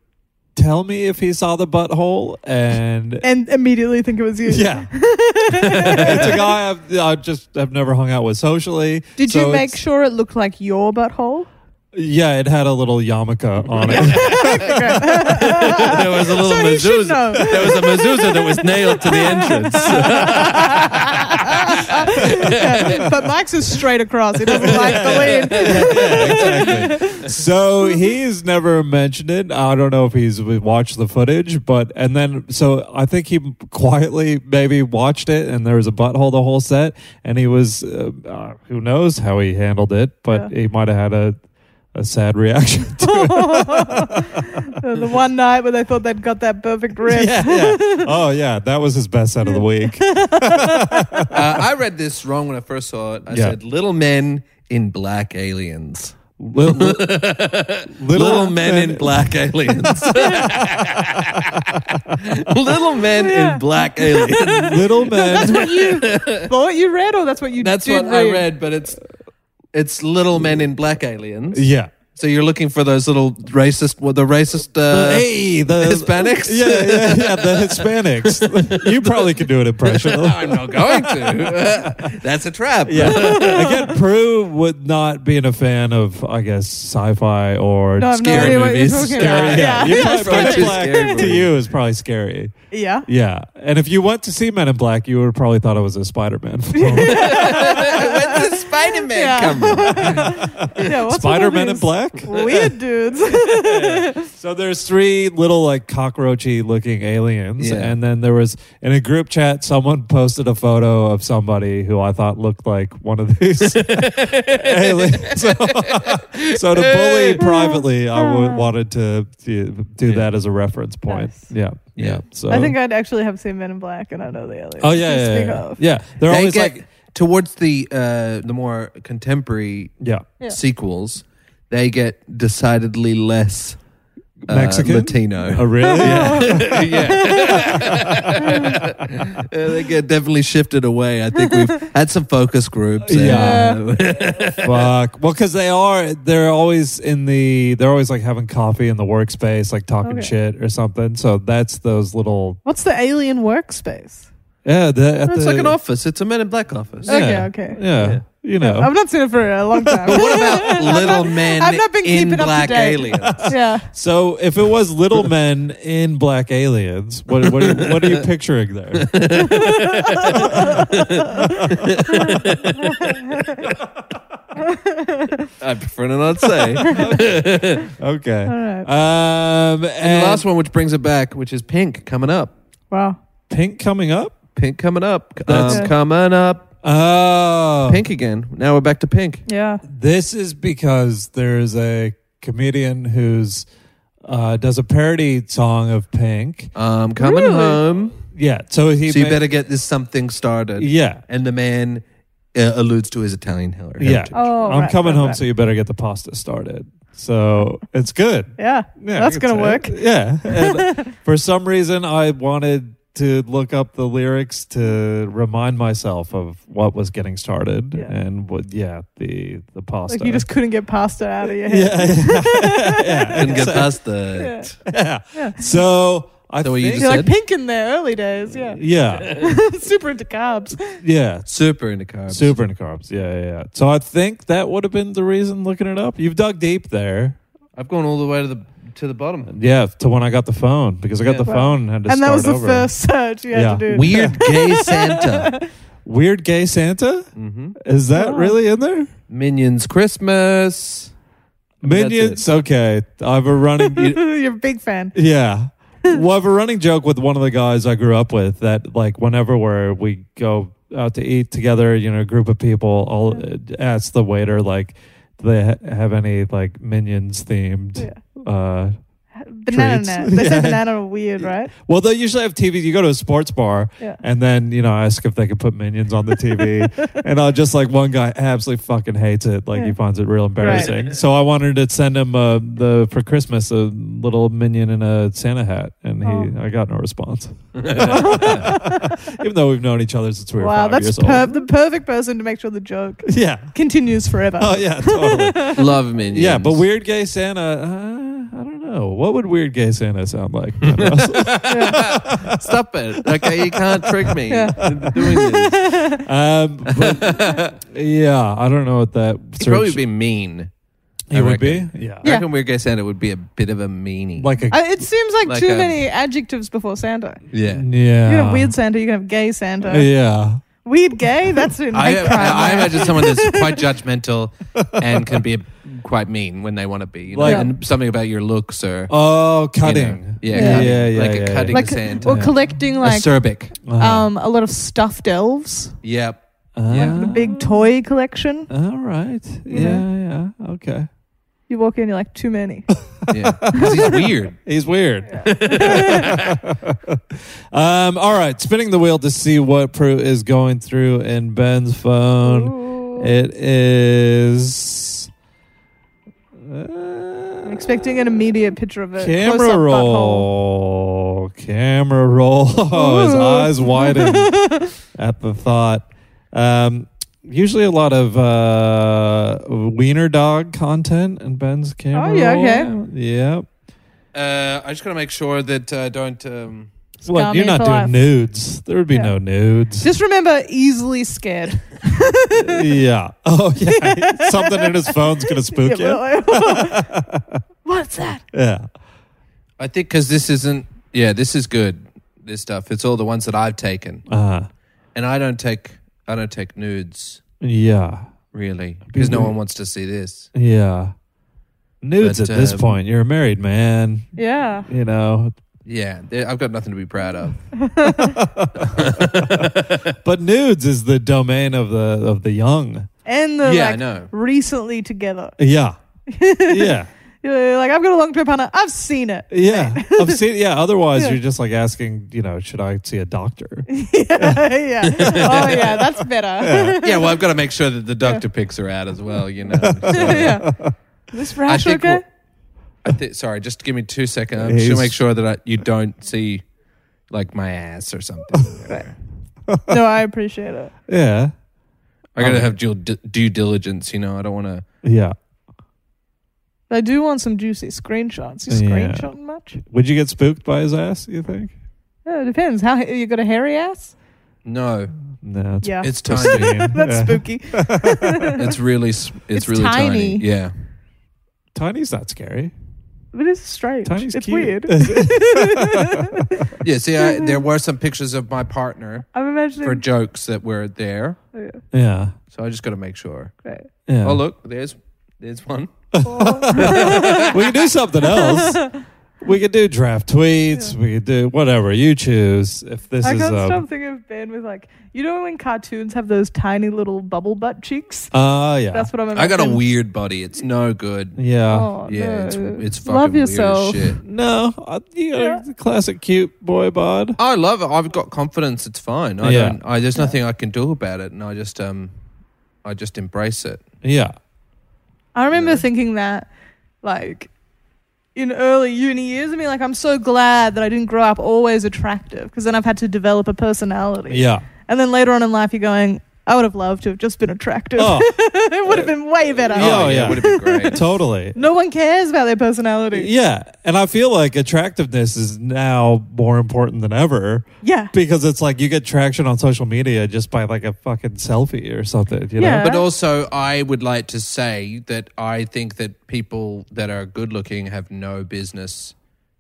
Speaker 2: tell me if he saw the butthole and.
Speaker 4: and immediately think it was you.
Speaker 2: yeah, it's a guy I've, I just have never hung out with socially.
Speaker 4: Did
Speaker 2: so
Speaker 4: you make
Speaker 2: it's-
Speaker 4: sure it looked like your butthole?
Speaker 2: Yeah, it had a little yarmulke on it.
Speaker 3: there was a little
Speaker 4: So you should know.
Speaker 3: mezuzah. There was a mezuzah that was nailed to the entrance.
Speaker 4: Yeah. But Mike's is straight across. He doesn't like the lean.
Speaker 2: so he's never mentioned it. I don't know if he's watched the footage, but and then so I think he quietly maybe watched it, and there was a butthole the whole set, and he was uh, uh, who knows how he
Speaker 4: Oh,
Speaker 2: handled it, but he might have had a a sad reaction to it.
Speaker 4: the the one night where they thought they'd got that perfect riff.
Speaker 2: Yeah, yeah. Oh yeah, that was his best set of the week.
Speaker 3: Uh, I read this wrong when I first saw it. I
Speaker 2: Yeah.
Speaker 3: said little men in black aliens.
Speaker 2: Little,
Speaker 3: Little, men, in black aliens. little men
Speaker 4: Yeah.
Speaker 3: in black aliens.
Speaker 2: Little men.
Speaker 4: That's what you thought you read, or that's what you
Speaker 3: That's
Speaker 4: did
Speaker 3: what I read, but it's it's little men in black aliens.
Speaker 2: yeah.
Speaker 3: So you're looking for those little racist, well, the racist. Uh,
Speaker 2: hey, the
Speaker 3: Hispanics?
Speaker 2: Yeah, yeah, yeah, the Hispanics. you probably could do an impression.
Speaker 3: I'm not going to. That's a trap.
Speaker 2: Yeah. Again, Prue would not being a fan of, I guess, sci-fi or
Speaker 4: No, I have no
Speaker 2: scary
Speaker 4: idea what you're
Speaker 2: movies.
Speaker 4: talking
Speaker 2: scary,
Speaker 4: about.
Speaker 2: yeah.
Speaker 4: Yeah.
Speaker 2: You're
Speaker 4: Yeah,
Speaker 2: probably-
Speaker 4: it's probably
Speaker 2: Men in
Speaker 4: too
Speaker 2: Black
Speaker 3: scary for
Speaker 2: to
Speaker 3: me.
Speaker 2: you is probably scary.
Speaker 4: Yeah.
Speaker 2: Yeah, and if you went to see Men in Black, you would probably thought it was a Spider-Man film.
Speaker 3: When's the Spider Man
Speaker 4: Yeah.
Speaker 3: come? from?
Speaker 4: Yeah, what's with all
Speaker 2: Spider-Man in
Speaker 4: these
Speaker 2: Black.
Speaker 4: Weird dudes.
Speaker 2: So there's three little like cockroachy looking aliens,
Speaker 3: Yeah.
Speaker 2: and then there was in a group chat someone posted a photo of somebody who I thought looked like one of these aliens. So, so to bully privately, I w- wanted to do, do that as a reference point.
Speaker 4: Nice.
Speaker 2: Yeah,
Speaker 3: Yeah.
Speaker 2: yeah. So
Speaker 4: I think I'd actually have seen Men in Black, and I know the aliens.
Speaker 2: oh yeah,
Speaker 4: you
Speaker 2: yeah,
Speaker 4: speak
Speaker 2: yeah,
Speaker 4: of.
Speaker 2: yeah. They're
Speaker 3: They
Speaker 2: always
Speaker 3: get-
Speaker 2: like
Speaker 3: towards the uh, the more contemporary
Speaker 2: yeah,
Speaker 4: Yeah.
Speaker 3: sequels, they get decidedly less uh,
Speaker 2: Mexican, Oh
Speaker 3: Latino.
Speaker 2: really?
Speaker 3: yeah, Uh, they get definitely shifted away. I think we've had some focus groups. and,
Speaker 2: Yeah.
Speaker 3: uh,
Speaker 2: Fuck. Well, because they are, they're always in the, they're always like having coffee in the workspace, like talking
Speaker 4: Okay.
Speaker 2: shit or something. So that's those little,
Speaker 4: What's the alien workspace?
Speaker 2: yeah. The, at
Speaker 3: it's
Speaker 2: the-
Speaker 3: like an office. It's a Men in Black office.
Speaker 4: Okay,
Speaker 2: yeah,
Speaker 4: okay.
Speaker 2: Yeah.
Speaker 3: Yeah.
Speaker 2: You know.
Speaker 4: I've not seen it for a long time.
Speaker 3: But what about little men
Speaker 4: I've not been
Speaker 3: in
Speaker 4: keeping up to
Speaker 3: black
Speaker 4: date.
Speaker 3: aliens?
Speaker 4: yeah.
Speaker 2: so if it was little men in black aliens, what, what, are, you- what are you picturing there?
Speaker 3: I prefer to not say. and
Speaker 2: Okay.
Speaker 4: All right.
Speaker 3: Uh,
Speaker 2: Um, and,
Speaker 3: the last one, which brings it back, which is Pink coming up.
Speaker 4: wow.
Speaker 2: Pink coming up.
Speaker 3: Pink coming up.
Speaker 2: That's-
Speaker 3: Um, coming up.
Speaker 2: Oh,
Speaker 3: Pink again. Now we're back to Pink.
Speaker 4: Yeah.
Speaker 2: This is because there's a comedian who's, uh, does a parody song of Pink.
Speaker 3: Um, coming
Speaker 4: Really?
Speaker 3: home.
Speaker 2: Yeah. So he,
Speaker 3: so you
Speaker 2: ma-
Speaker 3: better get this something started.
Speaker 2: yeah.
Speaker 3: And the man uh, alludes to his Italian her- heritage.
Speaker 2: Yeah.
Speaker 4: Oh,
Speaker 2: I'm
Speaker 4: right,
Speaker 2: coming
Speaker 4: right,
Speaker 2: home,
Speaker 4: right.
Speaker 2: so you better get the pasta started. So it's good.
Speaker 4: Yeah.
Speaker 2: Yeah,
Speaker 4: That's
Speaker 2: I can
Speaker 4: gonna work.
Speaker 2: say it. Yeah. And for some reason, I wanted to look up the lyrics to remind myself of what was getting started
Speaker 4: Yeah.
Speaker 2: and what, yeah, the the pasta.
Speaker 4: Like you just couldn't get pasta out of your head.
Speaker 2: yeah, yeah, yeah,
Speaker 3: Couldn't get
Speaker 2: So-
Speaker 3: past the.
Speaker 2: yeah. So I
Speaker 3: So what you
Speaker 2: think,
Speaker 4: You're
Speaker 3: just
Speaker 4: like pink in their early days. Yeah.
Speaker 2: yeah,
Speaker 4: Super into carbs.
Speaker 2: yeah,
Speaker 3: Super into carbs.
Speaker 2: super into carbs. Yeah, yeah, yeah. So I think that would have been the reason. Looking it up, you've dug deep there.
Speaker 3: I've gone all the way to the to the bottom.
Speaker 2: Yeah, to when I got the phone because I got
Speaker 3: Yeah.
Speaker 2: the
Speaker 4: Wow.
Speaker 2: phone and had to
Speaker 4: and that
Speaker 2: start
Speaker 4: was the
Speaker 2: over.
Speaker 4: first search you had
Speaker 2: Yeah.
Speaker 4: to do.
Speaker 3: Weird gay Santa.
Speaker 2: Weird gay Santa
Speaker 3: hmm
Speaker 2: is that
Speaker 4: Oh.
Speaker 2: really in there?
Speaker 3: Minions Christmas. I mean, that's
Speaker 2: Minions.
Speaker 3: it.
Speaker 2: Okay, I have a running.
Speaker 4: You're a big fan.
Speaker 2: yeah, well, I have a running joke with one of the guys I grew up with that like whenever where we go out to eat together, you know, a group of people, I'll uh, ask the waiter like, do they ha- have any like minions themed? Uh,
Speaker 4: Banana
Speaker 2: Treats.
Speaker 4: net. They
Speaker 2: Yeah.
Speaker 4: said banana are weird, right?
Speaker 2: well, they usually have TV. You go to a sports bar,
Speaker 4: Yeah.
Speaker 2: And then, you know, I ask if they could put minions on the TV. and I just like one guy absolutely fucking hates it. Like he
Speaker 4: Yeah.
Speaker 2: finds it real embarrassing. So I wanted to send him uh, the for Christmas a little minion in a Santa hat. And he
Speaker 4: Oh.
Speaker 2: I got no response. Even though we've known each other since we were
Speaker 4: Wow,
Speaker 2: five years
Speaker 4: that's per-
Speaker 2: old.
Speaker 4: the perfect person to make sure the joke
Speaker 2: Yeah.
Speaker 4: continues forever.
Speaker 2: Oh yeah, totally.
Speaker 3: Love minions.
Speaker 2: yeah, but weird gay Santa, uh, I don't know. What would weird gay Santa sound like?
Speaker 3: Stop it. Okay, you can't trick me
Speaker 4: Yeah.
Speaker 3: into doing this.
Speaker 2: um, but- yeah, I don't know what that
Speaker 3: He'd probably be mean.
Speaker 2: He
Speaker 3: I
Speaker 2: would be.
Speaker 3: reckon.
Speaker 2: Yeah.
Speaker 3: I
Speaker 4: Yeah.
Speaker 3: reckon Weird Gay Santa would be a bit of a meanie.
Speaker 2: Like a
Speaker 4: Uh, it seems like,
Speaker 3: Like
Speaker 4: too
Speaker 3: a-
Speaker 4: many adjectives before Santa.
Speaker 3: yeah.
Speaker 2: Yeah.
Speaker 4: You can have weird Santa, you can have gay Santa.
Speaker 2: Yeah.
Speaker 4: Weird gay? That's an
Speaker 3: I,
Speaker 4: hate crime.
Speaker 3: I, I
Speaker 4: right?
Speaker 3: imagine someone that's quite judgmental and can be quite mean when they want to be. You know?
Speaker 2: Like-
Speaker 3: and something about your looks or
Speaker 2: Oh,
Speaker 3: you know,
Speaker 2: cutting.
Speaker 3: yeah,
Speaker 4: Yeah.
Speaker 3: cutting,
Speaker 2: Yeah, yeah,
Speaker 3: like
Speaker 2: yeah,
Speaker 3: a
Speaker 2: yeah.
Speaker 3: cutting
Speaker 4: like
Speaker 3: Santa,
Speaker 4: or collecting like
Speaker 3: acerbic.
Speaker 2: Uh-huh.
Speaker 4: um a lot of stuffed elves,
Speaker 3: Yep.
Speaker 2: Uh,
Speaker 3: yeah.
Speaker 4: big toy collection.
Speaker 2: All right. Yeah. Yeah. Okay.
Speaker 4: You walk in, you're like, too many.
Speaker 3: Yeah, 'Cause he's weird.
Speaker 2: He's weird. um, all right, spinning the wheel to see what Prue is going through in Ben's phone.
Speaker 4: Ooh.
Speaker 2: It is. uh,
Speaker 4: I'm expecting an immediate picture of it.
Speaker 2: Camera roll. Camera roll. Oh, his
Speaker 4: Ooh.
Speaker 2: eyes widen at the thought. Um, usually a lot of uh, wiener dog content in Ben's camera.
Speaker 4: Oh, yeah,
Speaker 2: roll.
Speaker 4: okay.
Speaker 2: Yep.
Speaker 3: Uh, I just gotta make sure that I don't. Um,
Speaker 2: Look, you're not doing nudes. There would be
Speaker 4: Yeah.
Speaker 2: no nudes.
Speaker 4: Just remember, easily scared.
Speaker 2: yeah. Oh, yeah. Something in his phone's going to spook you.
Speaker 4: Yeah, well, What's that?
Speaker 2: Yeah.
Speaker 3: I think because this isn't. Yeah, this is good. This stuff. It's all the ones that I've taken,
Speaker 2: Uh,
Speaker 3: and I don't take. I don't take nudes
Speaker 2: yeah.
Speaker 3: really because no
Speaker 2: weird.
Speaker 3: one wants to see this.
Speaker 2: Yeah. Nudes
Speaker 3: But,
Speaker 2: at this
Speaker 3: um,
Speaker 2: point. You're a married man.
Speaker 4: Yeah.
Speaker 2: You know,
Speaker 3: Yeah, there- I've got nothing to be proud of.
Speaker 2: but nudes is the domain of the of the young.
Speaker 4: And the
Speaker 3: yeah,
Speaker 4: like,
Speaker 3: I know.
Speaker 4: recently together.
Speaker 2: Yeah. yeah.
Speaker 4: You're like, I've got a long term partner. I've seen it.
Speaker 2: Yeah. I've seen, yeah. Otherwise,
Speaker 4: Yeah.
Speaker 2: you're just like asking, you know, should I see a doctor?
Speaker 4: yeah, yeah. Oh, yeah, that's better.
Speaker 3: Yeah, well, I've got to make sure that the doctor picks her out as well. You know. So,
Speaker 4: yeah. Is this
Speaker 3: I
Speaker 4: rash
Speaker 3: think.
Speaker 4: okay?
Speaker 3: we'll- I thi- sorry, just give me two seconds. I'm just
Speaker 2: He's-
Speaker 3: gonna make sure that I, you don't see like my ass or something.
Speaker 4: no, I appreciate it.
Speaker 2: Yeah.
Speaker 3: I gotta have due, due diligence. You know, I don't want to.
Speaker 2: Yeah.
Speaker 4: But I do want some juicy screenshots. You
Speaker 2: Yeah.
Speaker 4: screenshotting much?
Speaker 2: Would you get spooked by his ass, you think?
Speaker 4: Yeah, it depends. How you got a hairy ass?
Speaker 3: No,
Speaker 2: No. It's
Speaker 4: Yeah,
Speaker 3: it's tiny.
Speaker 2: pristine.
Speaker 4: that's
Speaker 2: Yeah.
Speaker 4: spooky.
Speaker 3: it's really, s- it's,
Speaker 4: It's
Speaker 3: really tiny.
Speaker 4: tiny.
Speaker 3: Yeah,
Speaker 2: Tiny's not scary.
Speaker 4: But it's strange.
Speaker 2: Tiny's
Speaker 4: it's
Speaker 2: cute.
Speaker 4: weird.
Speaker 3: yeah. See, I, there were some pictures of my partner
Speaker 4: I'm
Speaker 3: for
Speaker 4: imagining. Oh,
Speaker 3: jokes that were there,
Speaker 4: yeah,
Speaker 2: Yeah.
Speaker 3: so I just gotta make sure.
Speaker 4: great.
Speaker 2: Yeah.
Speaker 3: Oh, look, there's, there's one.
Speaker 2: we could do something else. We could do draft tweets. We could do whatever you choose. If this
Speaker 4: I
Speaker 2: is
Speaker 4: can't
Speaker 2: um,
Speaker 4: stop thinking of Ben with like, you know, when cartoons have those tiny little bubble butt cheeks.
Speaker 2: uh, yeah,
Speaker 4: That's what I'm.
Speaker 3: I got a
Speaker 4: imagining.
Speaker 3: weird body. It's no good.
Speaker 2: yeah.
Speaker 4: Oh,
Speaker 3: Yeah,
Speaker 4: no.
Speaker 3: it's it's fucking
Speaker 4: love
Speaker 3: weird as
Speaker 4: yourself.
Speaker 3: shit.
Speaker 2: No, uh, you got a classic cute boy bod.
Speaker 3: I love it. I've got confidence. It's fine. I
Speaker 2: Yeah.
Speaker 3: don't. I, there's nothing I can do about it, and I just um, I just embrace it.
Speaker 2: Yeah,
Speaker 4: I remember thinking that, like, in early uni years, I mean, like, I'm so glad that I didn't grow up always attractive because then I've had to develop a personality.
Speaker 2: yeah.
Speaker 4: And then later on in life, you're going, I would have loved to have just been attractive.
Speaker 2: Oh,
Speaker 4: it would have been way better.
Speaker 2: Yeah. Oh,
Speaker 3: it would have been great.
Speaker 2: totally.
Speaker 4: No one cares about their personality.
Speaker 2: Yeah, and I feel like attractiveness is now more important than ever
Speaker 4: Yeah.
Speaker 2: because it's like you get traction on social media just by like a fucking selfie or something. You know?
Speaker 4: Yeah.
Speaker 3: But also, I would like to say that I think that people that are good looking have no business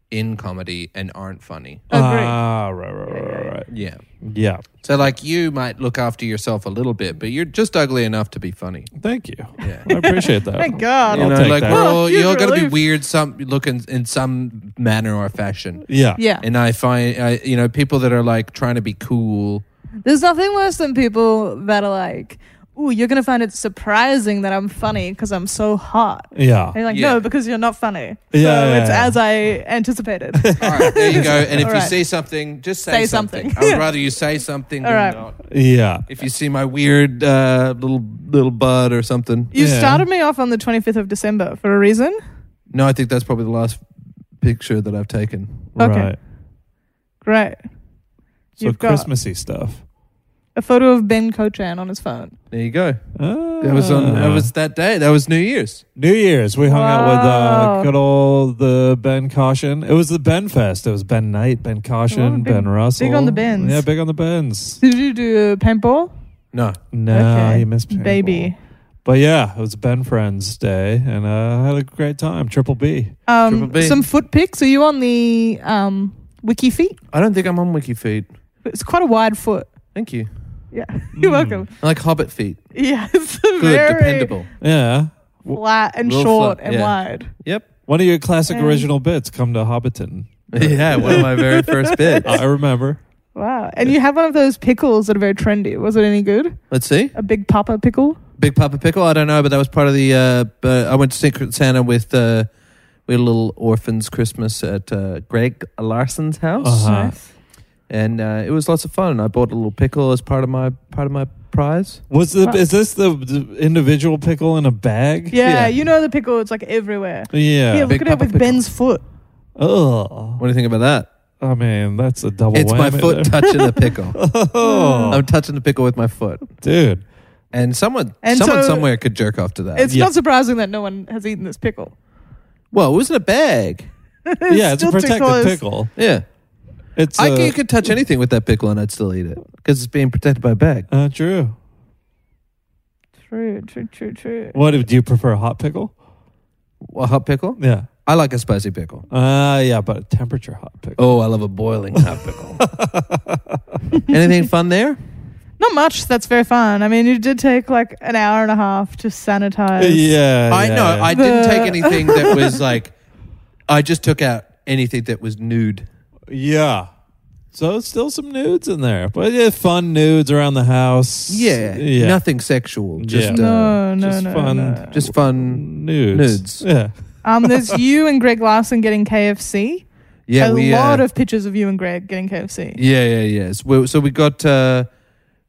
Speaker 3: in comedy and aren't funny.
Speaker 4: Agree.
Speaker 2: Ah, right, right, right, right, right.
Speaker 3: Yeah.
Speaker 2: Yeah.
Speaker 3: So, like, you might look after yourself a little bit, but you're just ugly enough to be funny.
Speaker 2: Thank you.
Speaker 3: Yeah.
Speaker 2: I appreciate that.
Speaker 4: Thank God.
Speaker 2: I'll
Speaker 3: You know,
Speaker 2: take
Speaker 3: like,
Speaker 2: that.
Speaker 3: we're all,
Speaker 4: Oh, huge
Speaker 3: you're going to be
Speaker 4: relief.
Speaker 3: weird some looking in some manner or fashion.
Speaker 2: Yeah.
Speaker 4: Yeah.
Speaker 3: And I find, I, you know, people that are like trying to be cool.
Speaker 4: There's nothing worse than people that are like, ooh, you're going to find it surprising that I'm funny because I'm so hot.
Speaker 2: Yeah.
Speaker 4: And you're like,
Speaker 3: Yeah.
Speaker 4: no, because you're not funny. So
Speaker 2: Yeah, yeah,
Speaker 4: it's
Speaker 2: yeah.
Speaker 4: as I anticipated.
Speaker 3: All right, there you go. And if
Speaker 4: All
Speaker 3: you
Speaker 4: right.
Speaker 3: see something, just say,
Speaker 4: Say
Speaker 3: something.
Speaker 4: something.
Speaker 3: I would rather you say something
Speaker 4: All
Speaker 3: than
Speaker 4: right.
Speaker 3: not.
Speaker 2: Yeah.
Speaker 3: If you see my weird uh, little little bud or something.
Speaker 4: you
Speaker 2: Yeah.
Speaker 4: started me off on the 25th of December for a reason.
Speaker 3: No, I think that's probably the last picture that I've taken.
Speaker 4: Okay.
Speaker 2: Right.
Speaker 4: Great.
Speaker 2: So
Speaker 4: You've got-
Speaker 2: Christmassy stuff.
Speaker 4: A photo of Ben Cochan on his phone.
Speaker 3: There you go.
Speaker 2: Ah.
Speaker 3: That was on. That was that day. That was New Year's.
Speaker 2: New Year's. We hung out with uh,
Speaker 4: Wow.
Speaker 2: good old the Ben Caution. It was the Ben Fest. It was Ben Knight, Ben Caution,
Speaker 4: Oh, big-
Speaker 2: Ben Russell.
Speaker 4: big on the Bens.
Speaker 2: Yeah, big on the Bens.
Speaker 4: Did you do a paintball?
Speaker 3: No.
Speaker 2: No,
Speaker 4: Okay.
Speaker 2: you missed paintball.
Speaker 4: Baby.
Speaker 2: But yeah, it was Ben Friends Day, and uh, I had a great time. Triple B.
Speaker 3: Triple
Speaker 4: Um,
Speaker 3: B.
Speaker 4: some foot pics. Are you on the um, wiki feet?
Speaker 3: I don't think I'm on Wiki Feet.
Speaker 4: It's quite a wide foot.
Speaker 3: Thank you.
Speaker 4: Yeah. You're welcome.
Speaker 3: I like Hobbit Feet.
Speaker 4: Yeah. It's
Speaker 3: Hmm. Good,
Speaker 4: very
Speaker 3: dependable.
Speaker 2: Yeah.
Speaker 4: flat and
Speaker 3: Real
Speaker 4: short
Speaker 3: flat,
Speaker 4: and
Speaker 3: yeah.
Speaker 4: wide.
Speaker 3: Yep.
Speaker 2: One of your classic
Speaker 4: Um,
Speaker 2: original bits, Come to Hobbiton.
Speaker 3: yeah, one of my very first bits.
Speaker 2: I remember.
Speaker 4: Wow. And you had one of those pickles that are very trendy. Was it any good?
Speaker 3: Let's see.
Speaker 4: A big papa pickle?
Speaker 3: Big Papa Pickle. I don't know, but that was part of the. Uh, but I went to Secret Santa with. Uh, we had a little orphans Christmas at uh, Greg Larson's house,
Speaker 2: Uh-huh.
Speaker 4: Nice.
Speaker 3: and uh, it was lots of fun. I bought a little pickle as part of my part of my prize.
Speaker 2: Was the
Speaker 4: Wow.
Speaker 2: is this the, the individual pickle in a bag?
Speaker 4: Yeah,
Speaker 3: Yeah.
Speaker 4: you know the pickle. It's like everywhere.
Speaker 2: Yeah.
Speaker 4: Here, look
Speaker 3: Big
Speaker 4: at it
Speaker 3: Papa
Speaker 4: with
Speaker 3: Pickle.
Speaker 4: Ben's foot.
Speaker 2: Ugh.
Speaker 3: What do you think about that?
Speaker 2: I mean, that's a double.
Speaker 3: it's my
Speaker 2: whammy
Speaker 3: foot
Speaker 2: there.
Speaker 3: touching the pickle.
Speaker 2: Oh,
Speaker 3: I'm touching the pickle with my foot,
Speaker 2: dude.
Speaker 3: and someone
Speaker 4: And
Speaker 3: someone
Speaker 4: so-
Speaker 3: somewhere could jerk off to that.
Speaker 4: It's
Speaker 2: Yeah.
Speaker 4: not surprising that no one has eaten this pickle.
Speaker 3: well, it was in a bag.
Speaker 2: yeah, it's a
Speaker 4: still too
Speaker 2: protected
Speaker 4: close.
Speaker 2: pickle.
Speaker 3: Yeah,
Speaker 2: It's uh,
Speaker 3: I
Speaker 2: a-
Speaker 3: think you could touch anything with that pickle, and I'd still eat it because it's being protected by a bag.
Speaker 2: uh, Drew.
Speaker 4: True, true, true, true.
Speaker 2: What do you prefer, a hot pickle?
Speaker 3: A hot pickle?
Speaker 2: Yeah.
Speaker 3: I like a spicy pickle.
Speaker 2: Uh yeah, but a temperature hot pickle.
Speaker 3: Oh, I love a boiling hot pickle. Anything fun there?
Speaker 4: Not much. That's very fun. I mean, you did take like an hour and a half to sanitize.
Speaker 2: yeah,
Speaker 3: Oh. I
Speaker 2: yeah,
Speaker 3: know.
Speaker 2: yeah.
Speaker 3: I didn't
Speaker 4: The-
Speaker 3: take anything that was like. I just took out anything that was nude.
Speaker 2: yeah. So still some nudes in there, but yeah, fun nudes around the house.
Speaker 3: Yeah,
Speaker 2: yeah,
Speaker 3: nothing sexual. Just
Speaker 2: Yeah.
Speaker 4: No,
Speaker 3: uh,
Speaker 4: no,
Speaker 2: just
Speaker 4: no,
Speaker 2: fun.
Speaker 4: no.
Speaker 3: just fun.
Speaker 2: nudes.
Speaker 3: Nudes.
Speaker 2: Yeah,
Speaker 4: Um, there's you and Greg Larson getting KFC.
Speaker 3: Yeah,
Speaker 4: a
Speaker 3: we uh,
Speaker 4: lot of pictures of you and Greg getting KFC.
Speaker 3: Yeah, yeah, yeah. So we, so we got uh,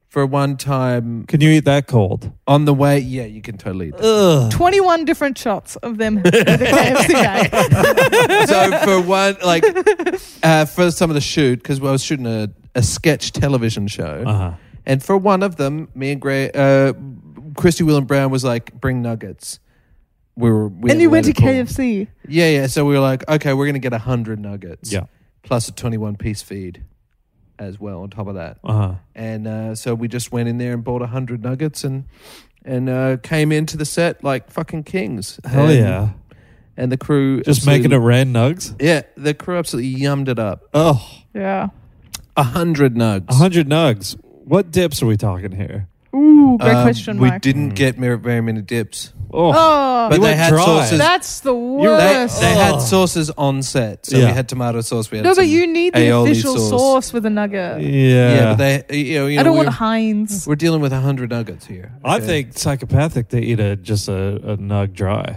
Speaker 3: for one time
Speaker 2: can you eat that cold?
Speaker 3: on the way. Yeah, you can totally. eat that.
Speaker 2: Ugh.
Speaker 4: 21 different shots of them with the KFC guy.
Speaker 3: so for one, like uh, for some of the shoot, because I was shooting a, a sketch television show,
Speaker 2: Uh-huh.
Speaker 3: and for one of them, me and Gray, uh, Christy William Brown was like, "Bring nuggets." We were, we
Speaker 4: and
Speaker 3: had
Speaker 4: you
Speaker 3: a
Speaker 4: went to
Speaker 3: later call.
Speaker 4: KFC.
Speaker 3: Yeah, yeah. So we were like, okay, we're gonna get hundred nuggets,
Speaker 2: Yeah.
Speaker 3: plus a twenty-one piece feed as well on top of that.
Speaker 2: Uh huh.
Speaker 3: and uh, so we just went in there and bought a hundred nuggets and and uh, came into the set like fucking kings.
Speaker 2: Hell
Speaker 3: and,
Speaker 2: yeah!
Speaker 3: And the crew
Speaker 2: Just making it rain nugs.
Speaker 3: Yeah, the crew absolutely yummed it up.
Speaker 2: Oh,
Speaker 4: Yeah.
Speaker 3: A hundred nugs.
Speaker 2: a hundred nugs. What dips are we talking here?
Speaker 4: Ooh, great
Speaker 3: Um,
Speaker 4: question,
Speaker 3: We
Speaker 4: Mike.
Speaker 3: didn't get mer- very many dips,
Speaker 2: Oh,
Speaker 4: Oh,
Speaker 3: but
Speaker 2: You
Speaker 3: they
Speaker 2: Hmm. went
Speaker 3: had
Speaker 2: dry.
Speaker 3: sauces.
Speaker 4: that's the
Speaker 3: they,
Speaker 4: worst.
Speaker 3: they
Speaker 2: Oh.
Speaker 3: had sauces on set, so
Speaker 2: Yeah.
Speaker 3: we had tomato sauce. We had
Speaker 4: no, but
Speaker 3: some-
Speaker 4: you need the
Speaker 3: aioli
Speaker 4: official sauce.
Speaker 3: sauce.
Speaker 4: with a nugget.
Speaker 2: yeah.
Speaker 3: Oh. Yeah, but they, you know, you know
Speaker 4: I don't
Speaker 3: we're,
Speaker 4: want Heinz.
Speaker 3: we're dealing with a hundred nuggets here.
Speaker 2: I
Speaker 3: okay?
Speaker 2: think psychopathic. They eat a just a, a nug dry.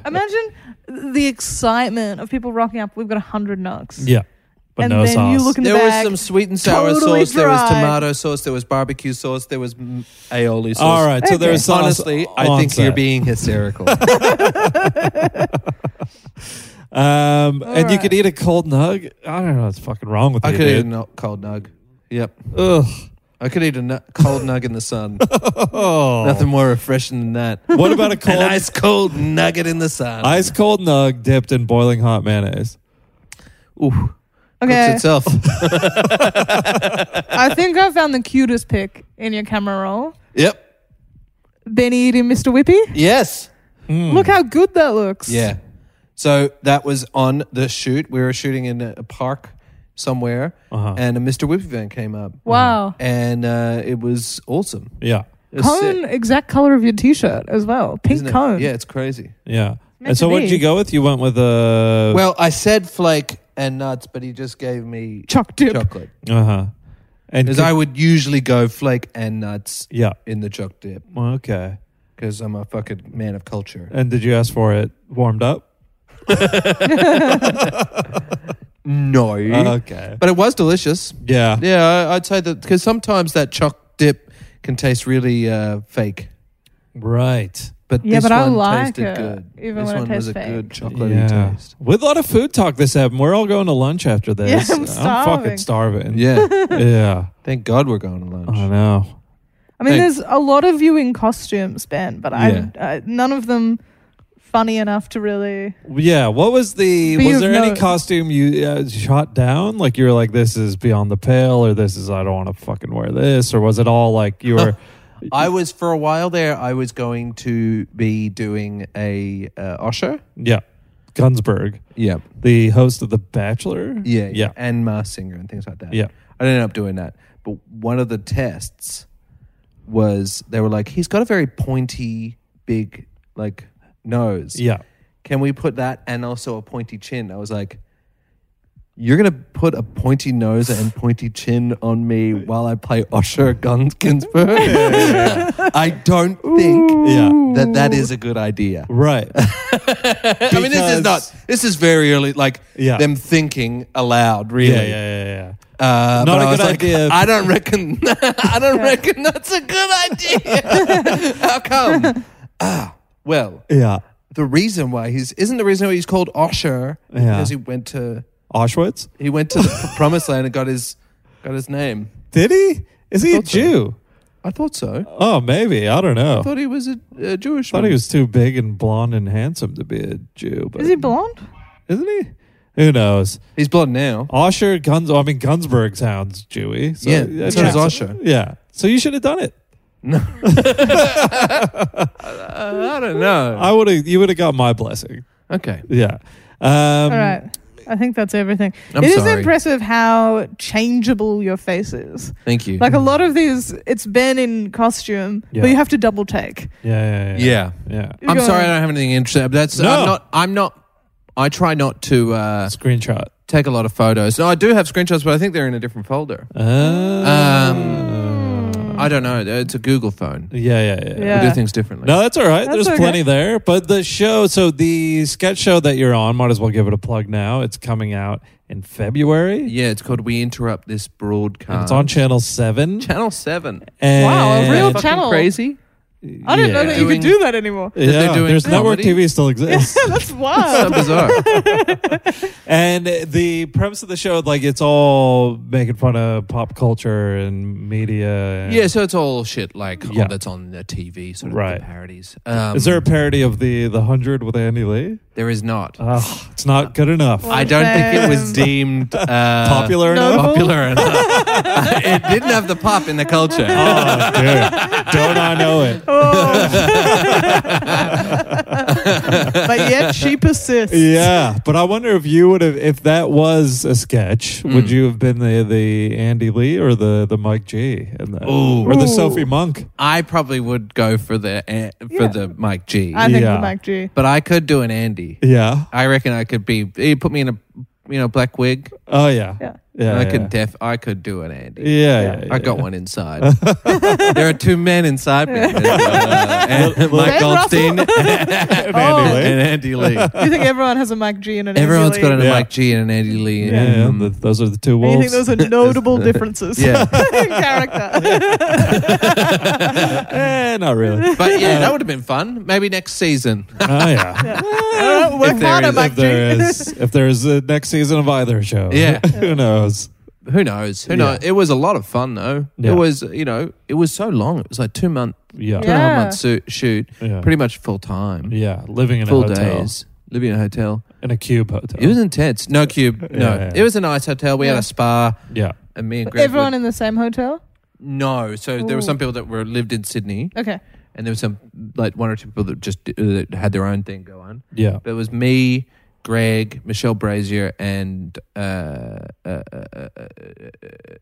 Speaker 4: Imagine the excitement of people rocking up. We've got 100 nugs.
Speaker 2: Yeah, but
Speaker 4: and
Speaker 2: no
Speaker 4: then
Speaker 2: sauce.
Speaker 4: you look in the
Speaker 3: There was
Speaker 4: bag.
Speaker 3: some sweet and sour
Speaker 4: totally
Speaker 3: sauce. There was
Speaker 4: dry.
Speaker 3: tomato sauce. There was barbecue sauce. There was mm, aioli sauce.
Speaker 2: All right, so
Speaker 4: Okay.
Speaker 2: there's sauce
Speaker 3: Honestly, I
Speaker 2: on
Speaker 3: think you're
Speaker 2: set.
Speaker 3: being hysterical.
Speaker 2: Um, and you
Speaker 4: right.
Speaker 2: could eat a cold nug. I don't know what's fucking wrong with
Speaker 3: I
Speaker 2: you,
Speaker 3: could eat a
Speaker 2: dude.
Speaker 3: nu- cold nug. Yep.
Speaker 2: Ugh.
Speaker 3: I could eat a nu- cold nug in the sun.
Speaker 2: Oh.
Speaker 3: Nothing more refreshing than that.
Speaker 2: What about a cold
Speaker 3: An ice cold nugget in the sun.
Speaker 2: ice cold nug dipped in boiling hot mayonnaise?
Speaker 3: Ooh,
Speaker 4: Okay.
Speaker 3: cooks itself.
Speaker 4: I think I found the cutest pic in your camera roll.
Speaker 3: yep.
Speaker 4: Benny eating Mr. Whippy.
Speaker 3: Yes.
Speaker 4: Look how good that looks.
Speaker 3: Hmm. Yeah. So that was on the shoot. We were shooting in a a park somewhere,
Speaker 2: Uh-huh.
Speaker 3: and a Mr. Whippy van came up,
Speaker 4: Wow.
Speaker 3: and uh, it was awesome.
Speaker 2: Yeah,
Speaker 3: It was sick.
Speaker 4: Cone, exact color of your t-shirt as well. Pink
Speaker 3: isn't it?
Speaker 4: cone.
Speaker 3: Yeah, it's crazy.
Speaker 2: yeah.
Speaker 4: meant
Speaker 2: And so,
Speaker 4: to
Speaker 2: what did
Speaker 4: be.
Speaker 2: you go with? You went with a
Speaker 3: Well, I said flake and nuts, but he just gave me
Speaker 4: Choc dip.
Speaker 3: chocolate.
Speaker 2: uh huh, and
Speaker 3: Because
Speaker 2: could-
Speaker 3: I would usually go flake and nuts
Speaker 2: yeah,
Speaker 3: in the choc dip
Speaker 2: Well, okay.
Speaker 3: because I'm a fucking man of culture.
Speaker 2: And did you ask for it warmed up?
Speaker 3: No.
Speaker 2: Okay,
Speaker 3: Uh, but it was delicious.
Speaker 2: yeah,
Speaker 3: Yeah, I, I'd say that because sometimes that choc dip can taste really uh, fake.
Speaker 2: right.
Speaker 3: But
Speaker 4: Yeah,
Speaker 3: this
Speaker 4: but I
Speaker 3: one
Speaker 4: like
Speaker 3: tasted
Speaker 4: it,
Speaker 3: good.
Speaker 4: even
Speaker 3: this
Speaker 4: when it
Speaker 3: one was
Speaker 4: tastes
Speaker 3: a
Speaker 4: fake.
Speaker 3: good chocolatey
Speaker 2: Yeah.
Speaker 3: taste.
Speaker 2: With a lot of food talk this happened. We're all going to lunch after this.
Speaker 4: Yeah, I'm
Speaker 2: fucking starving.
Speaker 3: Yeah.
Speaker 2: yeah.
Speaker 3: Thank God we're going to lunch.
Speaker 2: I know.
Speaker 4: I mean,
Speaker 3: Hey.
Speaker 4: there's a lot of you in costumes, Ben, but
Speaker 3: Yeah.
Speaker 4: I, I none of them funny enough to really.
Speaker 2: Yeah, what was the
Speaker 4: But
Speaker 2: was
Speaker 4: you've
Speaker 2: there any
Speaker 4: known-
Speaker 2: costume you uh, shot down? Like you were like this is beyond the pale or this is I don't want to fucking wear this or was it all like you were
Speaker 3: I was for a while there. I was going to be doing a uh, usher.
Speaker 2: yeah, Gunsberg,
Speaker 3: Yeah.
Speaker 2: the host of The Bachelor?
Speaker 3: Yeah,
Speaker 2: Yeah.
Speaker 3: and Mars Singer and things like that.
Speaker 2: Yeah.
Speaker 3: I ended up doing that. But one of the tests was they were like, he's got a very pointy, big, like nose.
Speaker 2: Yeah.
Speaker 3: Can we put that and also a pointy chin? I was like, You're gonna put a pointy nose and pointy chin on me while I play Osher Guns Ginsburg. I don't think
Speaker 2: Yeah.
Speaker 3: that that is a good idea.
Speaker 2: Right.
Speaker 3: I mean, this is
Speaker 2: Because-
Speaker 3: not. This is very early, like
Speaker 2: Yeah.
Speaker 3: them thinking aloud. Really,
Speaker 2: Yeah, yeah, yeah, yeah.
Speaker 3: Uh,
Speaker 2: Not
Speaker 3: but
Speaker 2: a
Speaker 3: I was
Speaker 2: good
Speaker 3: like,
Speaker 2: idea.
Speaker 3: I don't reckon. I don't reckon that's a good idea. How come? Ah, well,
Speaker 2: Yeah.
Speaker 3: the reason why he's isn't the reason why he's called Osher
Speaker 2: Yeah.
Speaker 3: because he went to
Speaker 2: Auschwitz?
Speaker 3: he went to the promised land and got his got his name.
Speaker 2: Did he? Is he a
Speaker 3: Thought so.
Speaker 2: Jew?
Speaker 3: I thought so.
Speaker 2: Oh, maybe. I don't know.
Speaker 3: I thought he was a, a Jewish.
Speaker 2: thought he was too big and blonde and handsome to be a Jew. But
Speaker 4: Is he blonde?
Speaker 2: Isn't he? Who knows?
Speaker 3: He's blonde now.
Speaker 2: Osher Guns. I mean, Gunsberg sounds Jewy. So
Speaker 3: Yeah,
Speaker 2: it
Speaker 3: so does
Speaker 2: tracks.
Speaker 3: Osher.
Speaker 2: Yeah. So you should have done it.
Speaker 3: Uh, I don't know.
Speaker 2: I would have. You would have got my blessing.
Speaker 3: Okay.
Speaker 2: Yeah. Um,
Speaker 4: All right. I think that's everything.
Speaker 3: I'm
Speaker 4: It is
Speaker 3: sorry.
Speaker 4: impressive how changeable your face is.
Speaker 3: Thank you.
Speaker 4: Like a lot of these, it's Ben in costume,
Speaker 2: Yeah.
Speaker 4: but you have to double take.
Speaker 2: Yeah. Yeah. Yeah.
Speaker 3: yeah.
Speaker 2: yeah.
Speaker 4: You're
Speaker 3: I'm
Speaker 4: going-
Speaker 3: sorry, I don't have anything interesting. But that's
Speaker 2: No.
Speaker 3: I'm not. I'm not. I try not to uh,
Speaker 2: Screenshot.
Speaker 3: take a lot of photos. No, I do have screenshots, but I think they're in a different folder.
Speaker 2: Uh. Um,
Speaker 3: I don't know. It's a Google phone.
Speaker 2: yeah, yeah, yeah.
Speaker 4: Yeah.
Speaker 3: We do things differently.
Speaker 2: No, that's all right.
Speaker 4: That's
Speaker 2: There's
Speaker 4: okay.
Speaker 2: plenty there. But the show, so the sketch show that you're on, might as well give it a plug now. It's coming out in February.
Speaker 3: Yeah, it's called We Interrupt This Broadcast.
Speaker 2: And it's on Channel 7.
Speaker 3: Channel Seven.
Speaker 2: And
Speaker 4: Wow, Oh, a real
Speaker 3: Fucking
Speaker 4: channel.
Speaker 3: Crazy.
Speaker 4: I didn't know that you
Speaker 3: Doing-
Speaker 4: could do that anymore.
Speaker 2: Yeah,
Speaker 3: they're doing
Speaker 2: there's network
Speaker 3: comedy.
Speaker 2: TV still exists.
Speaker 4: That's
Speaker 3: So
Speaker 4: wild.
Speaker 3: bizarre.
Speaker 2: and the premise of the show, like, it's all making fun of pop culture and media. and-
Speaker 3: yeah, so it's all shit like
Speaker 2: Yeah.
Speaker 3: oh, that's on the TV, sort of
Speaker 2: Right.
Speaker 3: the parodies. Um,
Speaker 2: Is there a parody of the the hundred with Andy Lee?
Speaker 3: there is not.
Speaker 2: Ugh, it's not good enough.
Speaker 4: Well,
Speaker 3: I don't think it was
Speaker 4: Um,
Speaker 3: deemed uh,
Speaker 2: Popular
Speaker 4: no.
Speaker 2: enough.
Speaker 3: Popular enough. it didn't have the pop in the culture.
Speaker 2: Oh, dude, don't I know it?
Speaker 4: Oh. but yet she persists.
Speaker 2: Yeah, but I wonder if you would have, if that was a sketch, would
Speaker 3: Mm.
Speaker 2: you have been the the Andy Lee or the the Mike G and the,
Speaker 3: Ooh.
Speaker 2: or the
Speaker 4: Ooh.
Speaker 2: Sophie Monk?
Speaker 3: I probably would go for the eh, for
Speaker 4: Yeah.
Speaker 3: the Mike G,
Speaker 4: I think
Speaker 2: Yeah.
Speaker 4: the Mac G.
Speaker 3: but I could do an Andy.
Speaker 2: Yeah.
Speaker 3: I reckon I could be. He put me in a you know black wig.
Speaker 2: Oh yeah.
Speaker 4: Yeah.
Speaker 2: Yeah.
Speaker 3: I
Speaker 2: yeah.
Speaker 3: could def. I could do an Andy.
Speaker 2: Yeah, yeah,
Speaker 3: I got
Speaker 2: yeah.
Speaker 3: one inside. there are two men inside me. Uh, and Mike
Speaker 4: Ben
Speaker 3: Goldstein and,
Speaker 4: Oh.
Speaker 2: Lee.
Speaker 3: Andy Lee.
Speaker 4: You think everyone has a Mac G E? and an
Speaker 3: Everyone's
Speaker 4: Andy Lee?
Speaker 3: got an
Speaker 2: Yeah.
Speaker 3: Mike G and an Andy Lee. in
Speaker 2: Yeah, yeah,
Speaker 3: them.
Speaker 2: th- those are the two
Speaker 4: And
Speaker 2: wolves.
Speaker 4: You think those are notable differences
Speaker 3: Yeah.
Speaker 4: in character?
Speaker 2: eh, not really.
Speaker 3: but yeah, that would have been fun. Maybe next season.
Speaker 2: Oh yeah.
Speaker 4: Uh,
Speaker 3: If
Speaker 4: Work
Speaker 3: there
Speaker 4: harder,
Speaker 3: is-
Speaker 4: Mac
Speaker 2: if
Speaker 4: G.
Speaker 2: there is if there is a next season of either show.
Speaker 3: Yeah.
Speaker 2: Who knows?
Speaker 3: Who knows? Who knows? It was a lot of fun though.
Speaker 2: Yeah.
Speaker 3: It was, you know, it was so long. It was like two month,
Speaker 2: Yeah.
Speaker 3: two and a half
Speaker 4: Yeah.
Speaker 3: month su- shoot,
Speaker 2: Yeah.
Speaker 3: pretty much full time,
Speaker 2: Yeah, living in
Speaker 3: full
Speaker 2: a hotel
Speaker 3: days, living in a hotel.
Speaker 2: in a cube hotel.
Speaker 3: It was intense. No cube.
Speaker 2: Yeah,
Speaker 3: No,
Speaker 2: yeah.
Speaker 3: it was a nice hotel. We had
Speaker 4: Yeah.
Speaker 3: a spa,
Speaker 2: yeah.
Speaker 3: and me and Greg.
Speaker 4: Everyone
Speaker 3: would-
Speaker 4: in the same hotel?
Speaker 3: no, so there were
Speaker 4: Ooh.
Speaker 3: some people that were lived in Sydney,
Speaker 4: Okay.
Speaker 3: and there were some like one or two people that just uh, that had their own thing go on.
Speaker 2: Yeah.
Speaker 3: But it was me, Greg, Michelle Brazier, and uh, uh, uh, uh, uh,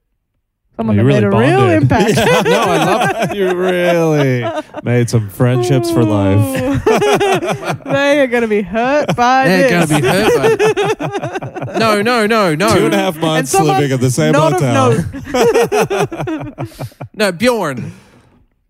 Speaker 4: Someone
Speaker 2: You
Speaker 4: that made a real
Speaker 2: bonded.
Speaker 4: impact.
Speaker 2: Yeah, no, I love you. Really made some friendships for life.
Speaker 4: Ooh. they are going to be hurt by
Speaker 3: they're
Speaker 4: this.
Speaker 3: going to be hurt. By no, no, no, no.
Speaker 2: Two and a half months
Speaker 4: someone
Speaker 2: living at the same
Speaker 4: not of
Speaker 2: hotel.
Speaker 3: No, Bjorn.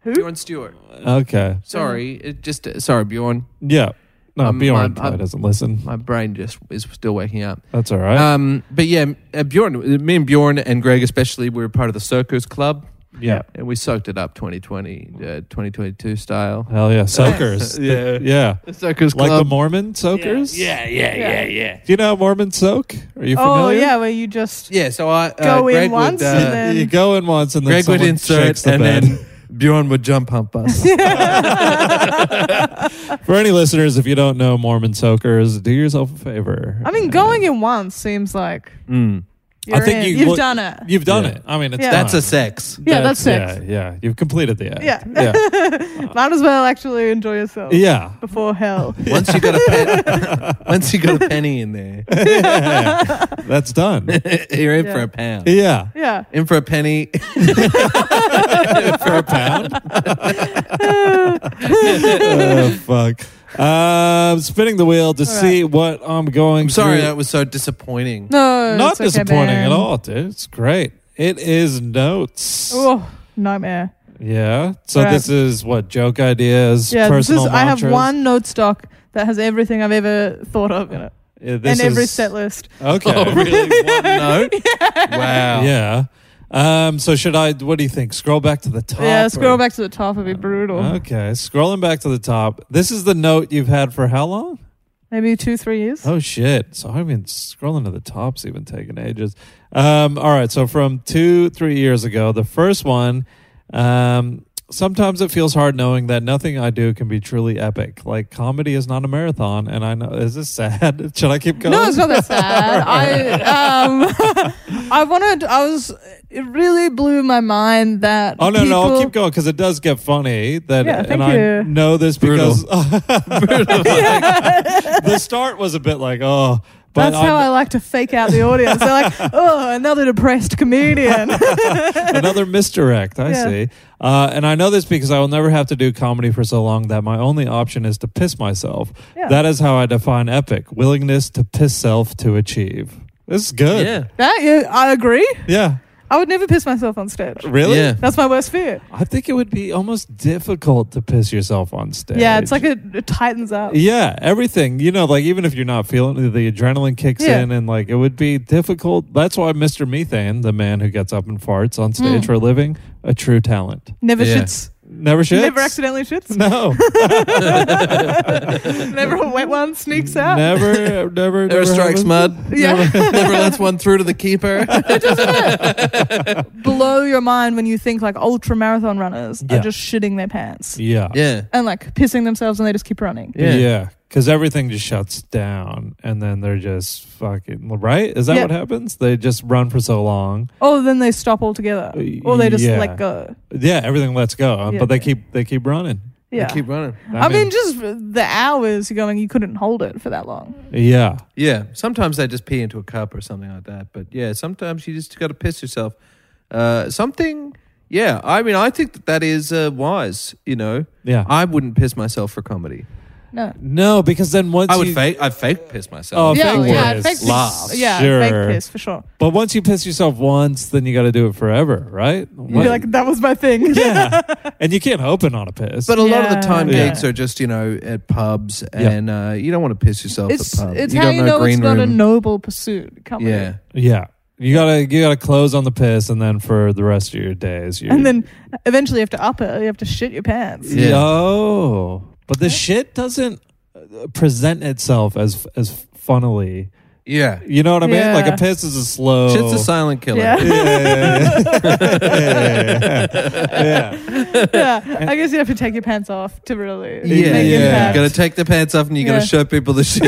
Speaker 4: Who?
Speaker 3: Bjorn Stewart.
Speaker 2: Okay.
Speaker 3: Sorry, it just sorry, Bjorn.
Speaker 2: Yeah. No,
Speaker 3: Um,
Speaker 2: Bjorn
Speaker 3: I'm-
Speaker 2: probably
Speaker 3: I'm-
Speaker 2: doesn't listen.
Speaker 3: My brain just is still waking up.
Speaker 2: That's all right.
Speaker 3: Um, but yeah, uh, Bjorn, me and Bjorn and Greg especially, we were part of the Soakers Club,
Speaker 2: yeah.
Speaker 3: and we soaked it up 2020, uh, 2022 style.
Speaker 2: Hell yeah. Soakers.
Speaker 3: Yeah.
Speaker 2: Yeah.
Speaker 3: The Soakers
Speaker 2: Like the
Speaker 3: Club.
Speaker 2: Mormon soakers?
Speaker 1: yeah,
Speaker 4: yeah,
Speaker 2: Do you know how Mormon soak? Are you familiar?
Speaker 4: Oh, yeah, where you just.
Speaker 3: yeah, so I uh,
Speaker 4: Go in
Speaker 3: Greg
Speaker 4: once
Speaker 3: would, uh,
Speaker 4: and then-
Speaker 2: You go in once and then
Speaker 3: Greg would
Speaker 2: someone
Speaker 3: insert
Speaker 2: shakes the
Speaker 3: and
Speaker 2: bed.
Speaker 3: then Bjorn would jump hump us.
Speaker 2: For any listeners, if you don't know Mormon soakers, do yourself a favor.
Speaker 4: I mean, going in once seems like
Speaker 3: Mm.
Speaker 4: you're
Speaker 2: I think
Speaker 4: in.
Speaker 2: you
Speaker 4: you've
Speaker 2: look-
Speaker 4: done it.
Speaker 2: You've done
Speaker 3: Yeah.
Speaker 2: it. I mean, it's
Speaker 4: Yeah.
Speaker 2: done.
Speaker 3: That's a sex.
Speaker 4: Yeah, that's sex.
Speaker 2: Yeah, yeah. You've completed the act.
Speaker 4: Yeah.
Speaker 2: Yeah.
Speaker 4: Might as well actually enjoy yourself
Speaker 2: yeah.
Speaker 4: before hell.
Speaker 3: Once you got a pen, once you got a penny in there,
Speaker 2: That's done.
Speaker 3: you're in
Speaker 4: Yeah.
Speaker 3: for a pound.
Speaker 2: Yeah.
Speaker 4: Yeah.
Speaker 3: In for a penny.
Speaker 2: For a pound. oh, fuck. Uh, I'm spinning the wheel to see what I'm going.
Speaker 3: I'm sorry
Speaker 2: through.
Speaker 3: that was so disappointing.
Speaker 4: No,
Speaker 2: not
Speaker 4: Oh, it's okay,
Speaker 2: disappointing
Speaker 4: Ben.
Speaker 2: at all, dude. It's great. It is notes.
Speaker 4: Oh, nightmare.
Speaker 2: Yeah. So
Speaker 4: Right.
Speaker 2: this is what joke ideas,
Speaker 4: Yeah, this is.
Speaker 2: personal
Speaker 4: I have
Speaker 2: mantras?
Speaker 4: one note stock that has everything I've ever thought of in it,
Speaker 2: Yeah, this
Speaker 4: and every
Speaker 2: is-
Speaker 4: set list.
Speaker 2: Okay.
Speaker 3: Oh, really? One note? Wow.
Speaker 2: Yeah. Um, so should I? What do you think? Scroll back to the top.
Speaker 4: yeah,
Speaker 2: or-
Speaker 4: scroll back to the top. It'd be brutal.
Speaker 2: Okay, scrolling back to the top. This is the note you've had for how long?
Speaker 4: Maybe two, three years.
Speaker 2: Oh shit! So I've been scrolling to the top's even taking ages. Um, all right, so from two, three years ago, the first one. Um, sometimes it feels hard knowing that nothing I do can be truly epic. Like comedy is not a marathon, and I know is this sad? should I keep going?
Speaker 4: No, it's not that sad. I um, I wanted. I was. It really blew my mind that.
Speaker 2: Oh no, no, I'll
Speaker 4: people-
Speaker 2: keep going because it does get funny. That
Speaker 4: Yeah,
Speaker 2: and
Speaker 4: thank
Speaker 2: I
Speaker 4: you.
Speaker 2: know this
Speaker 3: Brutal.
Speaker 2: because the start was a bit like oh, but
Speaker 4: That's how I
Speaker 2: I,
Speaker 4: like to fake out the audience. They're like, oh, another depressed comedian.
Speaker 2: another misdirect. I
Speaker 4: Yeah.
Speaker 2: see, uh, and I know this because I will never have to do comedy for so long that my only option is to piss myself.
Speaker 4: Yeah.
Speaker 2: That is how I define epic: willingness to piss self to achieve. This is good.
Speaker 3: Yeah.
Speaker 4: that yeah, I agree.
Speaker 2: yeah.
Speaker 4: I would never piss myself on stage.
Speaker 2: Really?
Speaker 3: Yeah.
Speaker 4: That's my worst fear.
Speaker 2: I think it would be almost difficult to piss yourself on stage.
Speaker 4: Yeah, it's like it, it tightens up.
Speaker 2: Yeah, everything. You know, like even if you're not feeling it, the adrenaline kicks
Speaker 4: Yeah.
Speaker 2: in and like it would be difficult. That's why Mr. Methane, the man who gets up and farts on stage
Speaker 4: Mm.
Speaker 2: for a living, a true talent.
Speaker 4: Never
Speaker 3: Yeah.
Speaker 4: shits.
Speaker 2: Never shits.
Speaker 4: Never accidentally shits.
Speaker 2: No.
Speaker 4: Never a wet one sneaks out.
Speaker 2: never, never,
Speaker 3: Never strikes
Speaker 2: happens.
Speaker 3: mud.
Speaker 4: Yeah.
Speaker 3: Never lets one through to the keeper.
Speaker 4: Blow your mind when you think like ultra marathon runners
Speaker 2: Yeah.
Speaker 4: are just shitting their pants
Speaker 2: Yeah.
Speaker 3: yeah.
Speaker 4: and like pissing themselves and they just keep running.
Speaker 3: Yeah.
Speaker 2: Yeah. Because everything just shuts down and then they're just fucking, right? Is that
Speaker 4: Yeah.
Speaker 2: what happens? They just run for so long.
Speaker 4: Oh, then they stop altogether.
Speaker 2: Uh,
Speaker 4: Or they just
Speaker 2: yeah.
Speaker 4: let go.
Speaker 2: Yeah, everything lets go,
Speaker 4: Yeah.
Speaker 2: but they keep they keep running.
Speaker 4: Yeah.
Speaker 3: Keep running.
Speaker 4: I, mean, just the hours you're going, you couldn't hold it for that long.
Speaker 2: yeah.
Speaker 3: Yeah. Sometimes they just pee into a cup or something like that. But yeah, sometimes you just got to piss yourself. Uh, something. Yeah. I mean, I think that that is uh, wise. You know,
Speaker 2: Yeah.
Speaker 3: I wouldn't piss myself for comedy.
Speaker 4: No.
Speaker 2: no, because then once
Speaker 3: I would
Speaker 2: you,
Speaker 3: fake. I fake piss
Speaker 2: Oh,
Speaker 3: myself.
Speaker 4: yeah,
Speaker 2: fake
Speaker 4: yeah,
Speaker 2: piss.
Speaker 4: fake piss.
Speaker 2: Laugh.
Speaker 4: Yeah,
Speaker 2: Sure.
Speaker 4: fake piss for sure.
Speaker 2: But once you piss yourself once, then you got to do it forever, right?
Speaker 4: You'd
Speaker 2: What-
Speaker 4: be like, that was my thing.
Speaker 2: yeah. and you can't open on a piss.
Speaker 3: But a lot of the time,
Speaker 2: Yeah.
Speaker 3: gigs are just you know at pubs,
Speaker 2: Yeah.
Speaker 3: and uh, you don't want to piss yourself
Speaker 4: It's
Speaker 3: at pubs.
Speaker 4: it's
Speaker 3: you
Speaker 4: how
Speaker 3: got
Speaker 4: you
Speaker 3: no
Speaker 4: know it's
Speaker 3: green
Speaker 4: not a
Speaker 3: room.
Speaker 4: noble pursuit. Come on.
Speaker 3: Yeah,
Speaker 2: yeah, you gotta you gotta close on the piss, and then for the rest of your days, you
Speaker 4: And then eventually you have to up it. You have to shit your pants.
Speaker 3: Yeah.
Speaker 2: oh, but the shit doesn't uh, present itself as as funnily.
Speaker 3: yeah.
Speaker 2: You know what I mean?
Speaker 4: Yeah.
Speaker 2: Like a piss is a slow.
Speaker 3: Shit's a silent killer.
Speaker 4: Yeah.
Speaker 2: Yeah, yeah, yeah. yeah.
Speaker 4: Yeah. I guess you have to take your pants off to really
Speaker 3: Yeah,
Speaker 4: make
Speaker 2: yeah.
Speaker 4: impact.
Speaker 3: You gotta take the pants off and you
Speaker 4: Yeah.
Speaker 3: gotta show people the shit.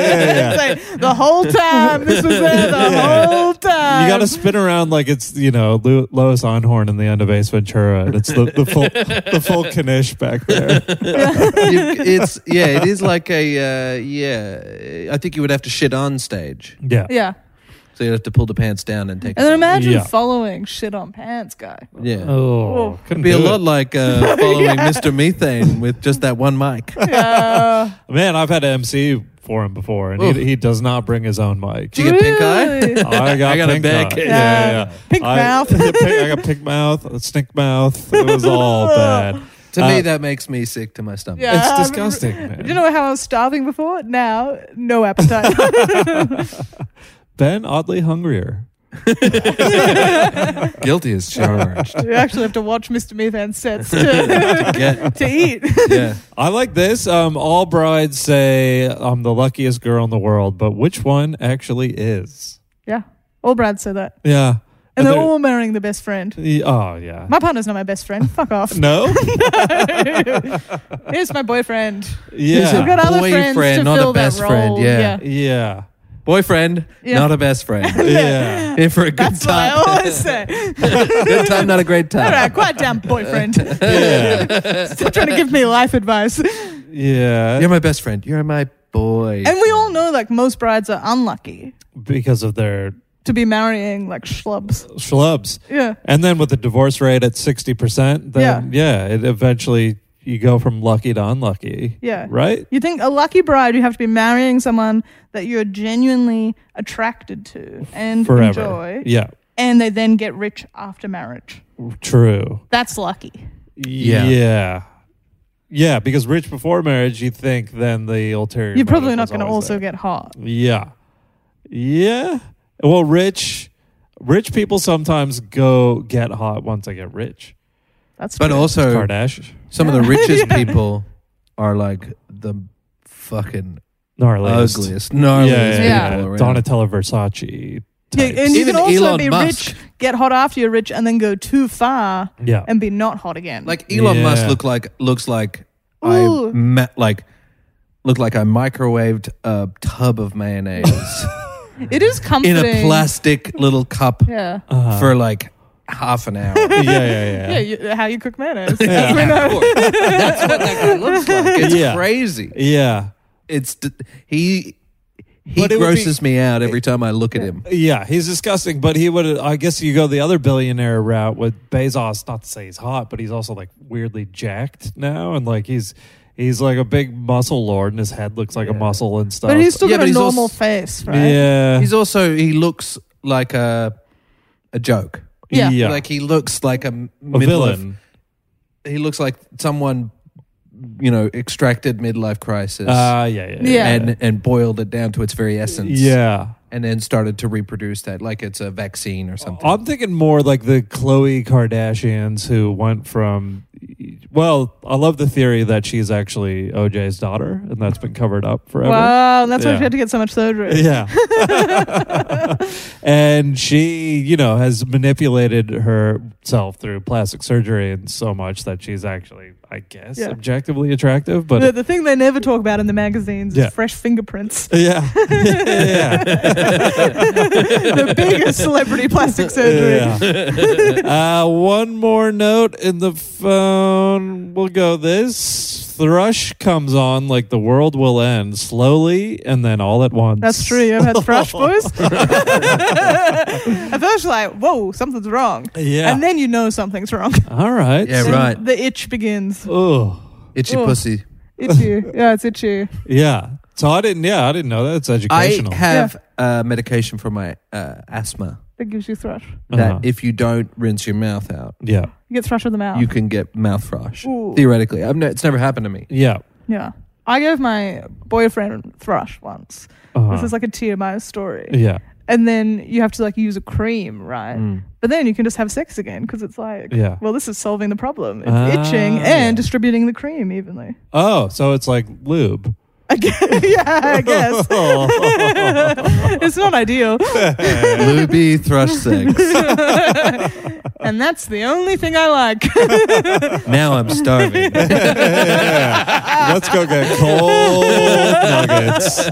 Speaker 4: It's like, the whole time this was there. The
Speaker 2: Yeah.
Speaker 4: whole time.
Speaker 2: You got to spin around like it's you know Lo- Lois Onhorn in the end of Ace Ventura, and it's the, the full the full Kanish back there.
Speaker 3: You- it's yeah, it is like a uh, yeah. I think you would have to shit on stage,
Speaker 2: Yeah,
Speaker 4: Yeah.
Speaker 3: so you'd have to pull the pants down and take.
Speaker 4: And then
Speaker 3: it off.
Speaker 4: imagine
Speaker 2: Yeah.
Speaker 4: following shit on pants guy.
Speaker 3: yeah,
Speaker 2: Oh, couldn't
Speaker 3: it'd be a
Speaker 2: do
Speaker 3: lot
Speaker 2: it.
Speaker 3: like uh, following Mr. Methane with just that one mic.
Speaker 4: Yeah.
Speaker 2: Man, I've had to MC for him before, and
Speaker 3: Oof.
Speaker 2: he, he does not bring his own mic.
Speaker 3: Do you get pink eye?
Speaker 4: Really?
Speaker 2: I got,
Speaker 3: I got a
Speaker 2: pink
Speaker 3: bad
Speaker 2: eye.
Speaker 3: case.
Speaker 4: Yeah.
Speaker 2: Yeah, yeah.
Speaker 4: Pink
Speaker 2: I,
Speaker 4: mouth.
Speaker 2: pink- I got pink mouth, stink mouth. It was all bad.
Speaker 3: To
Speaker 2: Uh,
Speaker 3: me, that makes me sick to my stomach.
Speaker 4: Yeah.
Speaker 2: It's
Speaker 4: I'm-
Speaker 2: disgusting. man.
Speaker 4: You know how I was starving before? Now, no appetite.
Speaker 2: ben oddly hungrier.
Speaker 3: Guilty as charged.
Speaker 4: you actually have to watch Mr. Methan sets to,
Speaker 3: yeah,
Speaker 4: to eat.
Speaker 3: yeah.
Speaker 2: I like this. Um, all brides say I'm the luckiest girl in the world, but which one actually is?
Speaker 4: Yeah. All Brad said that.
Speaker 2: Yeah.
Speaker 4: And they're
Speaker 2: they're-
Speaker 4: all marrying the best friend.
Speaker 2: Y- Oh yeah.
Speaker 4: My partner's not my best friend. Fuck off.
Speaker 2: no.
Speaker 4: Here's my boyfriend.
Speaker 3: He's
Speaker 4: We've got
Speaker 3: a
Speaker 2: Yeah.
Speaker 4: other friends
Speaker 3: boyfriend,
Speaker 4: to
Speaker 3: not a
Speaker 4: fill
Speaker 3: best
Speaker 4: that
Speaker 3: friend,
Speaker 4: role.
Speaker 3: yeah.
Speaker 2: Yeah.
Speaker 3: Boyfriend,
Speaker 4: Yeah.
Speaker 3: not a best friend.
Speaker 2: Yeah.
Speaker 3: Here for a good
Speaker 4: That's what I
Speaker 3: time.
Speaker 4: always say.
Speaker 3: good time, not a great
Speaker 4: All
Speaker 3: time.
Speaker 4: right, quiet down, boyfriend.
Speaker 2: Yeah.
Speaker 4: Stop trying to give me life advice. And
Speaker 2: Yeah.
Speaker 3: You're my best friend. You're my boy.
Speaker 4: we all know, like, most brides are unlucky
Speaker 2: Because of their
Speaker 4: to be marrying, like, schlubs.
Speaker 2: schlubs.
Speaker 4: Yeah.
Speaker 2: And then with the divorce rate at 60%, then yeah, it eventually you go from lucky to unlucky.
Speaker 4: Yeah.
Speaker 2: Right?
Speaker 4: You think a lucky bride, you have to be marrying someone that you're genuinely attracted to and
Speaker 2: Forever.
Speaker 4: enjoy,
Speaker 2: Yeah.
Speaker 4: and they then get rich after marriage.
Speaker 2: True.
Speaker 4: That's lucky.
Speaker 2: Yeah. Yeah. Yeah, because rich before marriage, you think then the ulterior.
Speaker 4: You're probably
Speaker 2: motive
Speaker 4: not
Speaker 2: was
Speaker 4: going to
Speaker 2: always
Speaker 4: also
Speaker 2: there.
Speaker 4: get hot.
Speaker 2: Yeah. Yeah. Well, rich rich people sometimes go get hot once they get rich.
Speaker 4: That's
Speaker 3: But
Speaker 4: true.
Speaker 3: also,
Speaker 2: Kardashian.
Speaker 3: some of the richest people are like the fucking
Speaker 2: Gnarliest.
Speaker 3: ugliest,
Speaker 2: Yeah,
Speaker 3: gnarliest
Speaker 2: yeah, yeah.
Speaker 3: people around.
Speaker 2: Donatella Versace.
Speaker 4: yeah,
Speaker 2: Types.
Speaker 4: and you
Speaker 3: Even
Speaker 4: can also
Speaker 3: Elon
Speaker 4: be
Speaker 3: Musk.
Speaker 4: rich, get hot after you're rich, and then go too far
Speaker 2: yeah.
Speaker 4: and be not hot again.
Speaker 3: Like Elon
Speaker 2: Yeah.
Speaker 3: Musk look like looks like I
Speaker 4: Ooh.
Speaker 3: met like looked like I microwaved a tub of mayonnaise
Speaker 4: it is comforting
Speaker 3: in a plastic little cup
Speaker 4: Yeah.
Speaker 2: Uh-huh.
Speaker 3: for like half an hour. That's
Speaker 2: yeah, yeah,
Speaker 4: Yeah,
Speaker 2: yeah.
Speaker 4: you, how you cook mayonnaise.
Speaker 2: Yeah.
Speaker 4: As we know.
Speaker 3: what that guy looks like. It's
Speaker 2: Yeah.
Speaker 3: crazy.
Speaker 2: Yeah.
Speaker 3: It's d- he he
Speaker 2: But it would be-
Speaker 3: grosses me out every time I look at him.
Speaker 2: Yeah, he's disgusting, but he would. I guess you go the other billionaire route with Bezos. Not to say he's hot, but he's also like weirdly jacked now, and like he's he's like a big muscle lord, and his head looks like a muscle and stuff.
Speaker 4: But he's still
Speaker 3: Yeah, but
Speaker 4: got a
Speaker 3: he's
Speaker 4: normal
Speaker 3: also-
Speaker 4: face, right?
Speaker 2: yeah,
Speaker 3: He's also he looks like a a joke.
Speaker 4: Yeah.
Speaker 3: Like he looks like a,
Speaker 2: a
Speaker 3: middle of-
Speaker 2: villain.
Speaker 3: he looks like someone you know extracted midlife crisis
Speaker 2: Uh, yeah, yeah, yeah,
Speaker 4: Yeah.
Speaker 3: and and boiled it down to its very essence
Speaker 2: yeah.
Speaker 3: and then started to reproduce that like it's a vaccine or something
Speaker 2: I'm thinking more like the Khloe Kardashians who went from. Well, I love the theory that she's actually OJ's daughter, and that's been covered up forever.
Speaker 4: Wow, that's why
Speaker 2: Yeah.
Speaker 4: she had to get so much surgery.
Speaker 2: Yeah. and she, you know, has manipulated herself through plastic surgery and so much that she's actually, I guess,
Speaker 4: Yeah.
Speaker 2: objectively attractive.
Speaker 4: the,
Speaker 2: But
Speaker 4: the thing they never talk about in the magazines
Speaker 2: Yeah.
Speaker 4: is fresh fingerprints.
Speaker 2: yeah. yeah.
Speaker 4: the biggest celebrity plastic surgery.
Speaker 2: Yeah. Uh, one more note in the phone. We'll go this. Thrush comes on like the world will end slowly and then all at once.
Speaker 4: That's true. You ever had thrush boys? At first, you're like, whoa, something's wrong.
Speaker 2: Yeah.
Speaker 4: And then you know something's wrong.
Speaker 2: all right.
Speaker 3: Yeah,
Speaker 4: And
Speaker 3: right.
Speaker 4: The itch begins.
Speaker 2: Ugh.
Speaker 3: itchy
Speaker 4: Ugh.
Speaker 3: pussy
Speaker 4: Itchy. Yeah, it's itchy.
Speaker 2: Yeah. So I didn't. Yeah, I didn't know that. It's
Speaker 3: i
Speaker 2: educational.
Speaker 3: have uh, medication for my uh, asthma
Speaker 4: That gives you thrush. You
Speaker 3: that
Speaker 2: Uh-huh.
Speaker 3: if you don't rinse your mouth out
Speaker 2: yeah.
Speaker 4: get thrush in the mouth.
Speaker 3: you can get mouth thrush
Speaker 4: Oh. Ooh.
Speaker 3: theoretically I've ne- it's never happened to me
Speaker 2: Yeah.
Speaker 4: yeah. I gave my boyfriend thrush once.
Speaker 2: Uh-huh.
Speaker 4: This is like a TMI story.
Speaker 2: yeah.
Speaker 4: and then you have to like use a cream, right?
Speaker 3: Mm.
Speaker 4: But then you can just have sex again because it's like,
Speaker 2: Yeah.
Speaker 4: well, this is solving the problem. It's
Speaker 2: Ah,
Speaker 4: itching and
Speaker 2: yeah.
Speaker 4: distributing the cream evenly.
Speaker 2: Oh, so it's like lube.
Speaker 4: I guess, yeah, I guess it's not ideal.
Speaker 3: Luby thrush sex
Speaker 4: and that's the only thing I like.
Speaker 3: now I'm starving
Speaker 2: Yeah. Let's go get cold nuggets.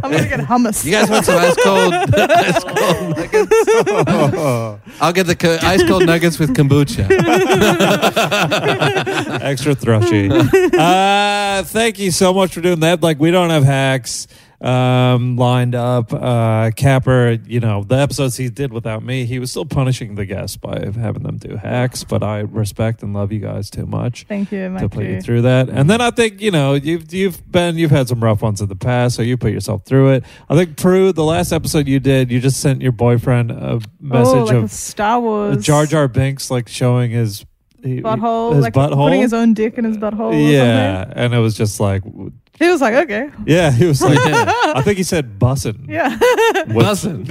Speaker 4: I'm gonna get hummus.
Speaker 3: you guys want some ice cold ice cold nuggets I'll get the co- ice cold nuggets with kombucha.
Speaker 2: Extra thrushy. Uh, thank you so much for doing that. Like we don't have hacks um lined up uh capper you know the episodes he did without me he was still punishing the guests by having them do hacks but i respect and love you guys too much
Speaker 4: Thank you,
Speaker 2: to
Speaker 4: Matthew.
Speaker 2: put you through that. And then I think you know you've you've been you've had some rough ones in the past, so you put yourself through it. I think Prue, the last episode you did, you just sent your boyfriend a message
Speaker 4: oh, like a
Speaker 2: of
Speaker 4: Star Wars
Speaker 2: Jar Jar Binks like showing his he-
Speaker 4: butthole,
Speaker 2: his
Speaker 4: like
Speaker 2: butthole.
Speaker 4: putting his own dick in his butthole. or
Speaker 2: yeah, and it was just like,
Speaker 4: something. he was like, okay,
Speaker 2: yeah, he was like, I think he said bussin.
Speaker 4: yeah,
Speaker 3: Bussin'.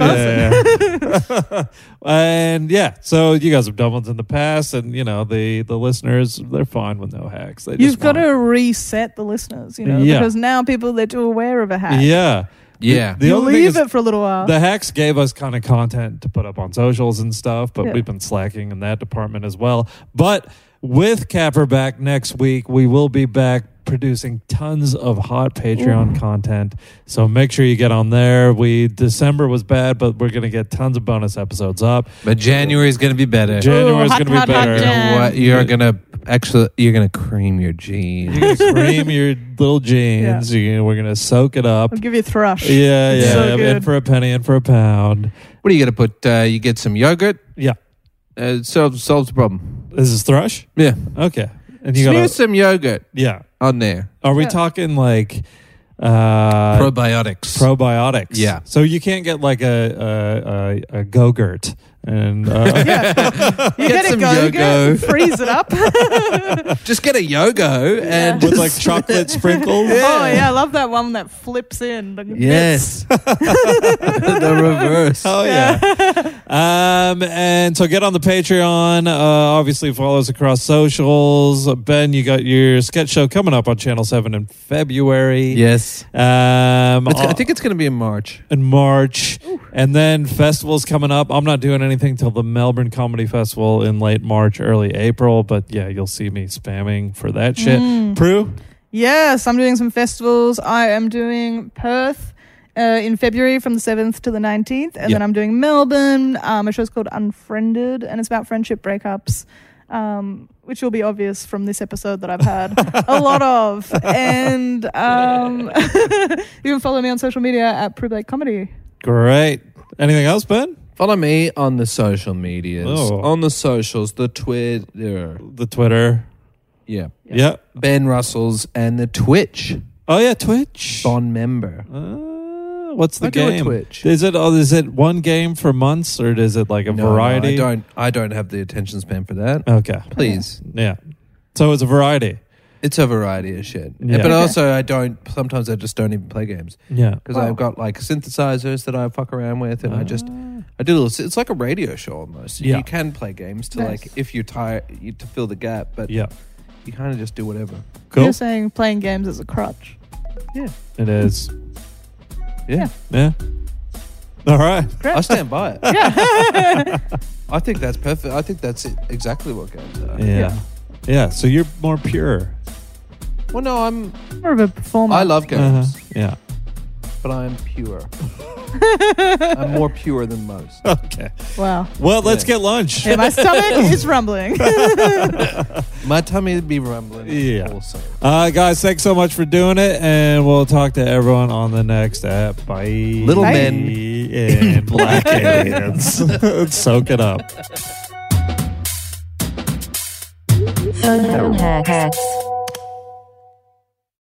Speaker 2: Yeah. and yeah, so you guys have done ones in the past, and you know the the listeners they're fine with no hacks. They
Speaker 4: you've
Speaker 2: just
Speaker 4: got
Speaker 2: want-
Speaker 4: to reset the listeners, you know,
Speaker 2: Yeah.
Speaker 4: because now people they're too aware of a hack.
Speaker 2: yeah.
Speaker 3: Yeah.
Speaker 2: The
Speaker 4: you
Speaker 2: only thing
Speaker 4: leave
Speaker 2: is-
Speaker 4: it for a little while.
Speaker 2: The hacks gave us kind of content to put up on socials and stuff, but
Speaker 4: Yeah.
Speaker 2: we've been slacking in that department as well. But with Capper back next week, we will be back producing tons of hot Patreon content. So make sure you get on there. We December was bad, but we're gonna get tons of bonus episodes up.
Speaker 3: But January is going to be better.
Speaker 2: January is
Speaker 4: hot,
Speaker 2: gonna be
Speaker 4: hot, hot
Speaker 2: better.
Speaker 3: You know
Speaker 4: Jan.
Speaker 3: what? You're gonna actually, you're gonna cream your jeans.
Speaker 2: You're gonna cream your little jeans. You're gonna- we're gonna soak it up.
Speaker 4: I'll give you thrush.
Speaker 2: Yeah,
Speaker 4: It's
Speaker 2: yeah.
Speaker 4: so
Speaker 2: in
Speaker 4: good.
Speaker 2: for a penny, in for a pound.
Speaker 3: What are you gonna put? Uh, you get some yogurt.
Speaker 2: Yeah.
Speaker 3: Uh, it solves solves the problem.
Speaker 2: This is Thrush?
Speaker 3: Yeah.
Speaker 2: Okay. And you
Speaker 3: Smear
Speaker 2: gotta,
Speaker 3: some yogurt
Speaker 2: yeah.
Speaker 3: on there.
Speaker 2: Are we
Speaker 4: Yeah.
Speaker 2: talking like uh,
Speaker 3: Probiotics.
Speaker 2: probiotics?
Speaker 3: Yeah.
Speaker 2: So you can't get like a a, a, a go-gurt and uh,
Speaker 4: Yeah. You
Speaker 3: Get
Speaker 4: get, a
Speaker 3: some
Speaker 4: go
Speaker 3: yo-go.
Speaker 4: freeze it up.
Speaker 3: Just get a yogo and
Speaker 2: with like chocolate sprinkles.
Speaker 4: Oh yeah, I love that one that flips in. The
Speaker 3: yes, the reverse.
Speaker 2: Oh yeah. um, and so get on the Patreon. Uh, obviously follow us across socials. Ben, you got your sketch show coming up on Channel Seven in February.
Speaker 3: Yes, Ah.
Speaker 2: Um,
Speaker 3: It's- I think it's going to be in March.
Speaker 2: in March, and then festivals coming up. I'm not doing anything till the Melbourne Comedy Festival in late March, early April. But yeah, you'll see me spamming for that shit.
Speaker 3: Mm.
Speaker 2: Prue,
Speaker 4: Mm. Yes, I'm doing some festivals. I am doing Perth uh, in February from the 7th to the 19th. And
Speaker 3: Yeah.
Speaker 4: then I'm doing Melbourne. Um, a show's called Unfriended, and it's about friendship breakups, um, which will be obvious from this episode that I've had a lot of. And um, you can follow me on social media at Prue Blake Comedy.
Speaker 2: great. Anything else, Ben?
Speaker 3: Follow me on the social medias,
Speaker 2: Oh.
Speaker 3: on the socials, the Twitter,
Speaker 2: The Twitter.
Speaker 3: yeah,
Speaker 2: Yeah.
Speaker 3: Ben Russell's and the Twitch.
Speaker 2: Oh yeah, Twitch.
Speaker 3: Bon member.
Speaker 2: Uh, what's the
Speaker 3: I do a
Speaker 2: game?
Speaker 3: Twitch.
Speaker 2: Is it oh, is it one game for months or is it like a
Speaker 3: No,
Speaker 2: variety?
Speaker 3: I don't. I don't have the attention span for that.
Speaker 2: Okay.
Speaker 3: Please,
Speaker 2: Yeah. So it's a variety.
Speaker 3: it's a variety of shit.
Speaker 2: Yeah.
Speaker 3: But
Speaker 2: Okay.
Speaker 3: also, I don't. Sometimes I just don't even play games
Speaker 2: Yeah.
Speaker 3: because
Speaker 4: Wow.
Speaker 3: I've got like synthesizers that I fuck around with, and I just I do little. It's like a radio show almost.
Speaker 2: Yeah.
Speaker 3: You can play games to
Speaker 4: Nice.
Speaker 3: like if you're tired you, to fill the gap, but
Speaker 2: Yeah.
Speaker 3: you kind of just do whatever.
Speaker 2: Cool.
Speaker 4: You're saying playing games is a crutch.
Speaker 2: It is.
Speaker 3: Yeah,
Speaker 2: Yeah. All right.
Speaker 3: I stand by it.
Speaker 4: Yeah.
Speaker 3: I think that's perfect. I think that's it, exactly what games are.
Speaker 2: Yeah. yeah. So you're more pure.
Speaker 3: Well, no, I'm.
Speaker 4: More of a performer.
Speaker 3: I love
Speaker 2: Uh-huh.
Speaker 3: games,
Speaker 2: Yeah.
Speaker 3: but I'm pure. I'm more pure than most.
Speaker 2: Okay.
Speaker 4: Wow.
Speaker 2: Well, let's
Speaker 3: Yeah.
Speaker 2: get lunch.
Speaker 4: Yeah, my stomach is rumbling.
Speaker 3: My tummy would be rumbling.
Speaker 2: Yeah.
Speaker 3: Also.
Speaker 2: Uh, guys, thanks so much for doing it, and we'll talk to everyone on the next app. Bye.
Speaker 3: Little
Speaker 4: Bye.
Speaker 3: men
Speaker 2: and black aliens. Soak it up.
Speaker 5: Phone hacks.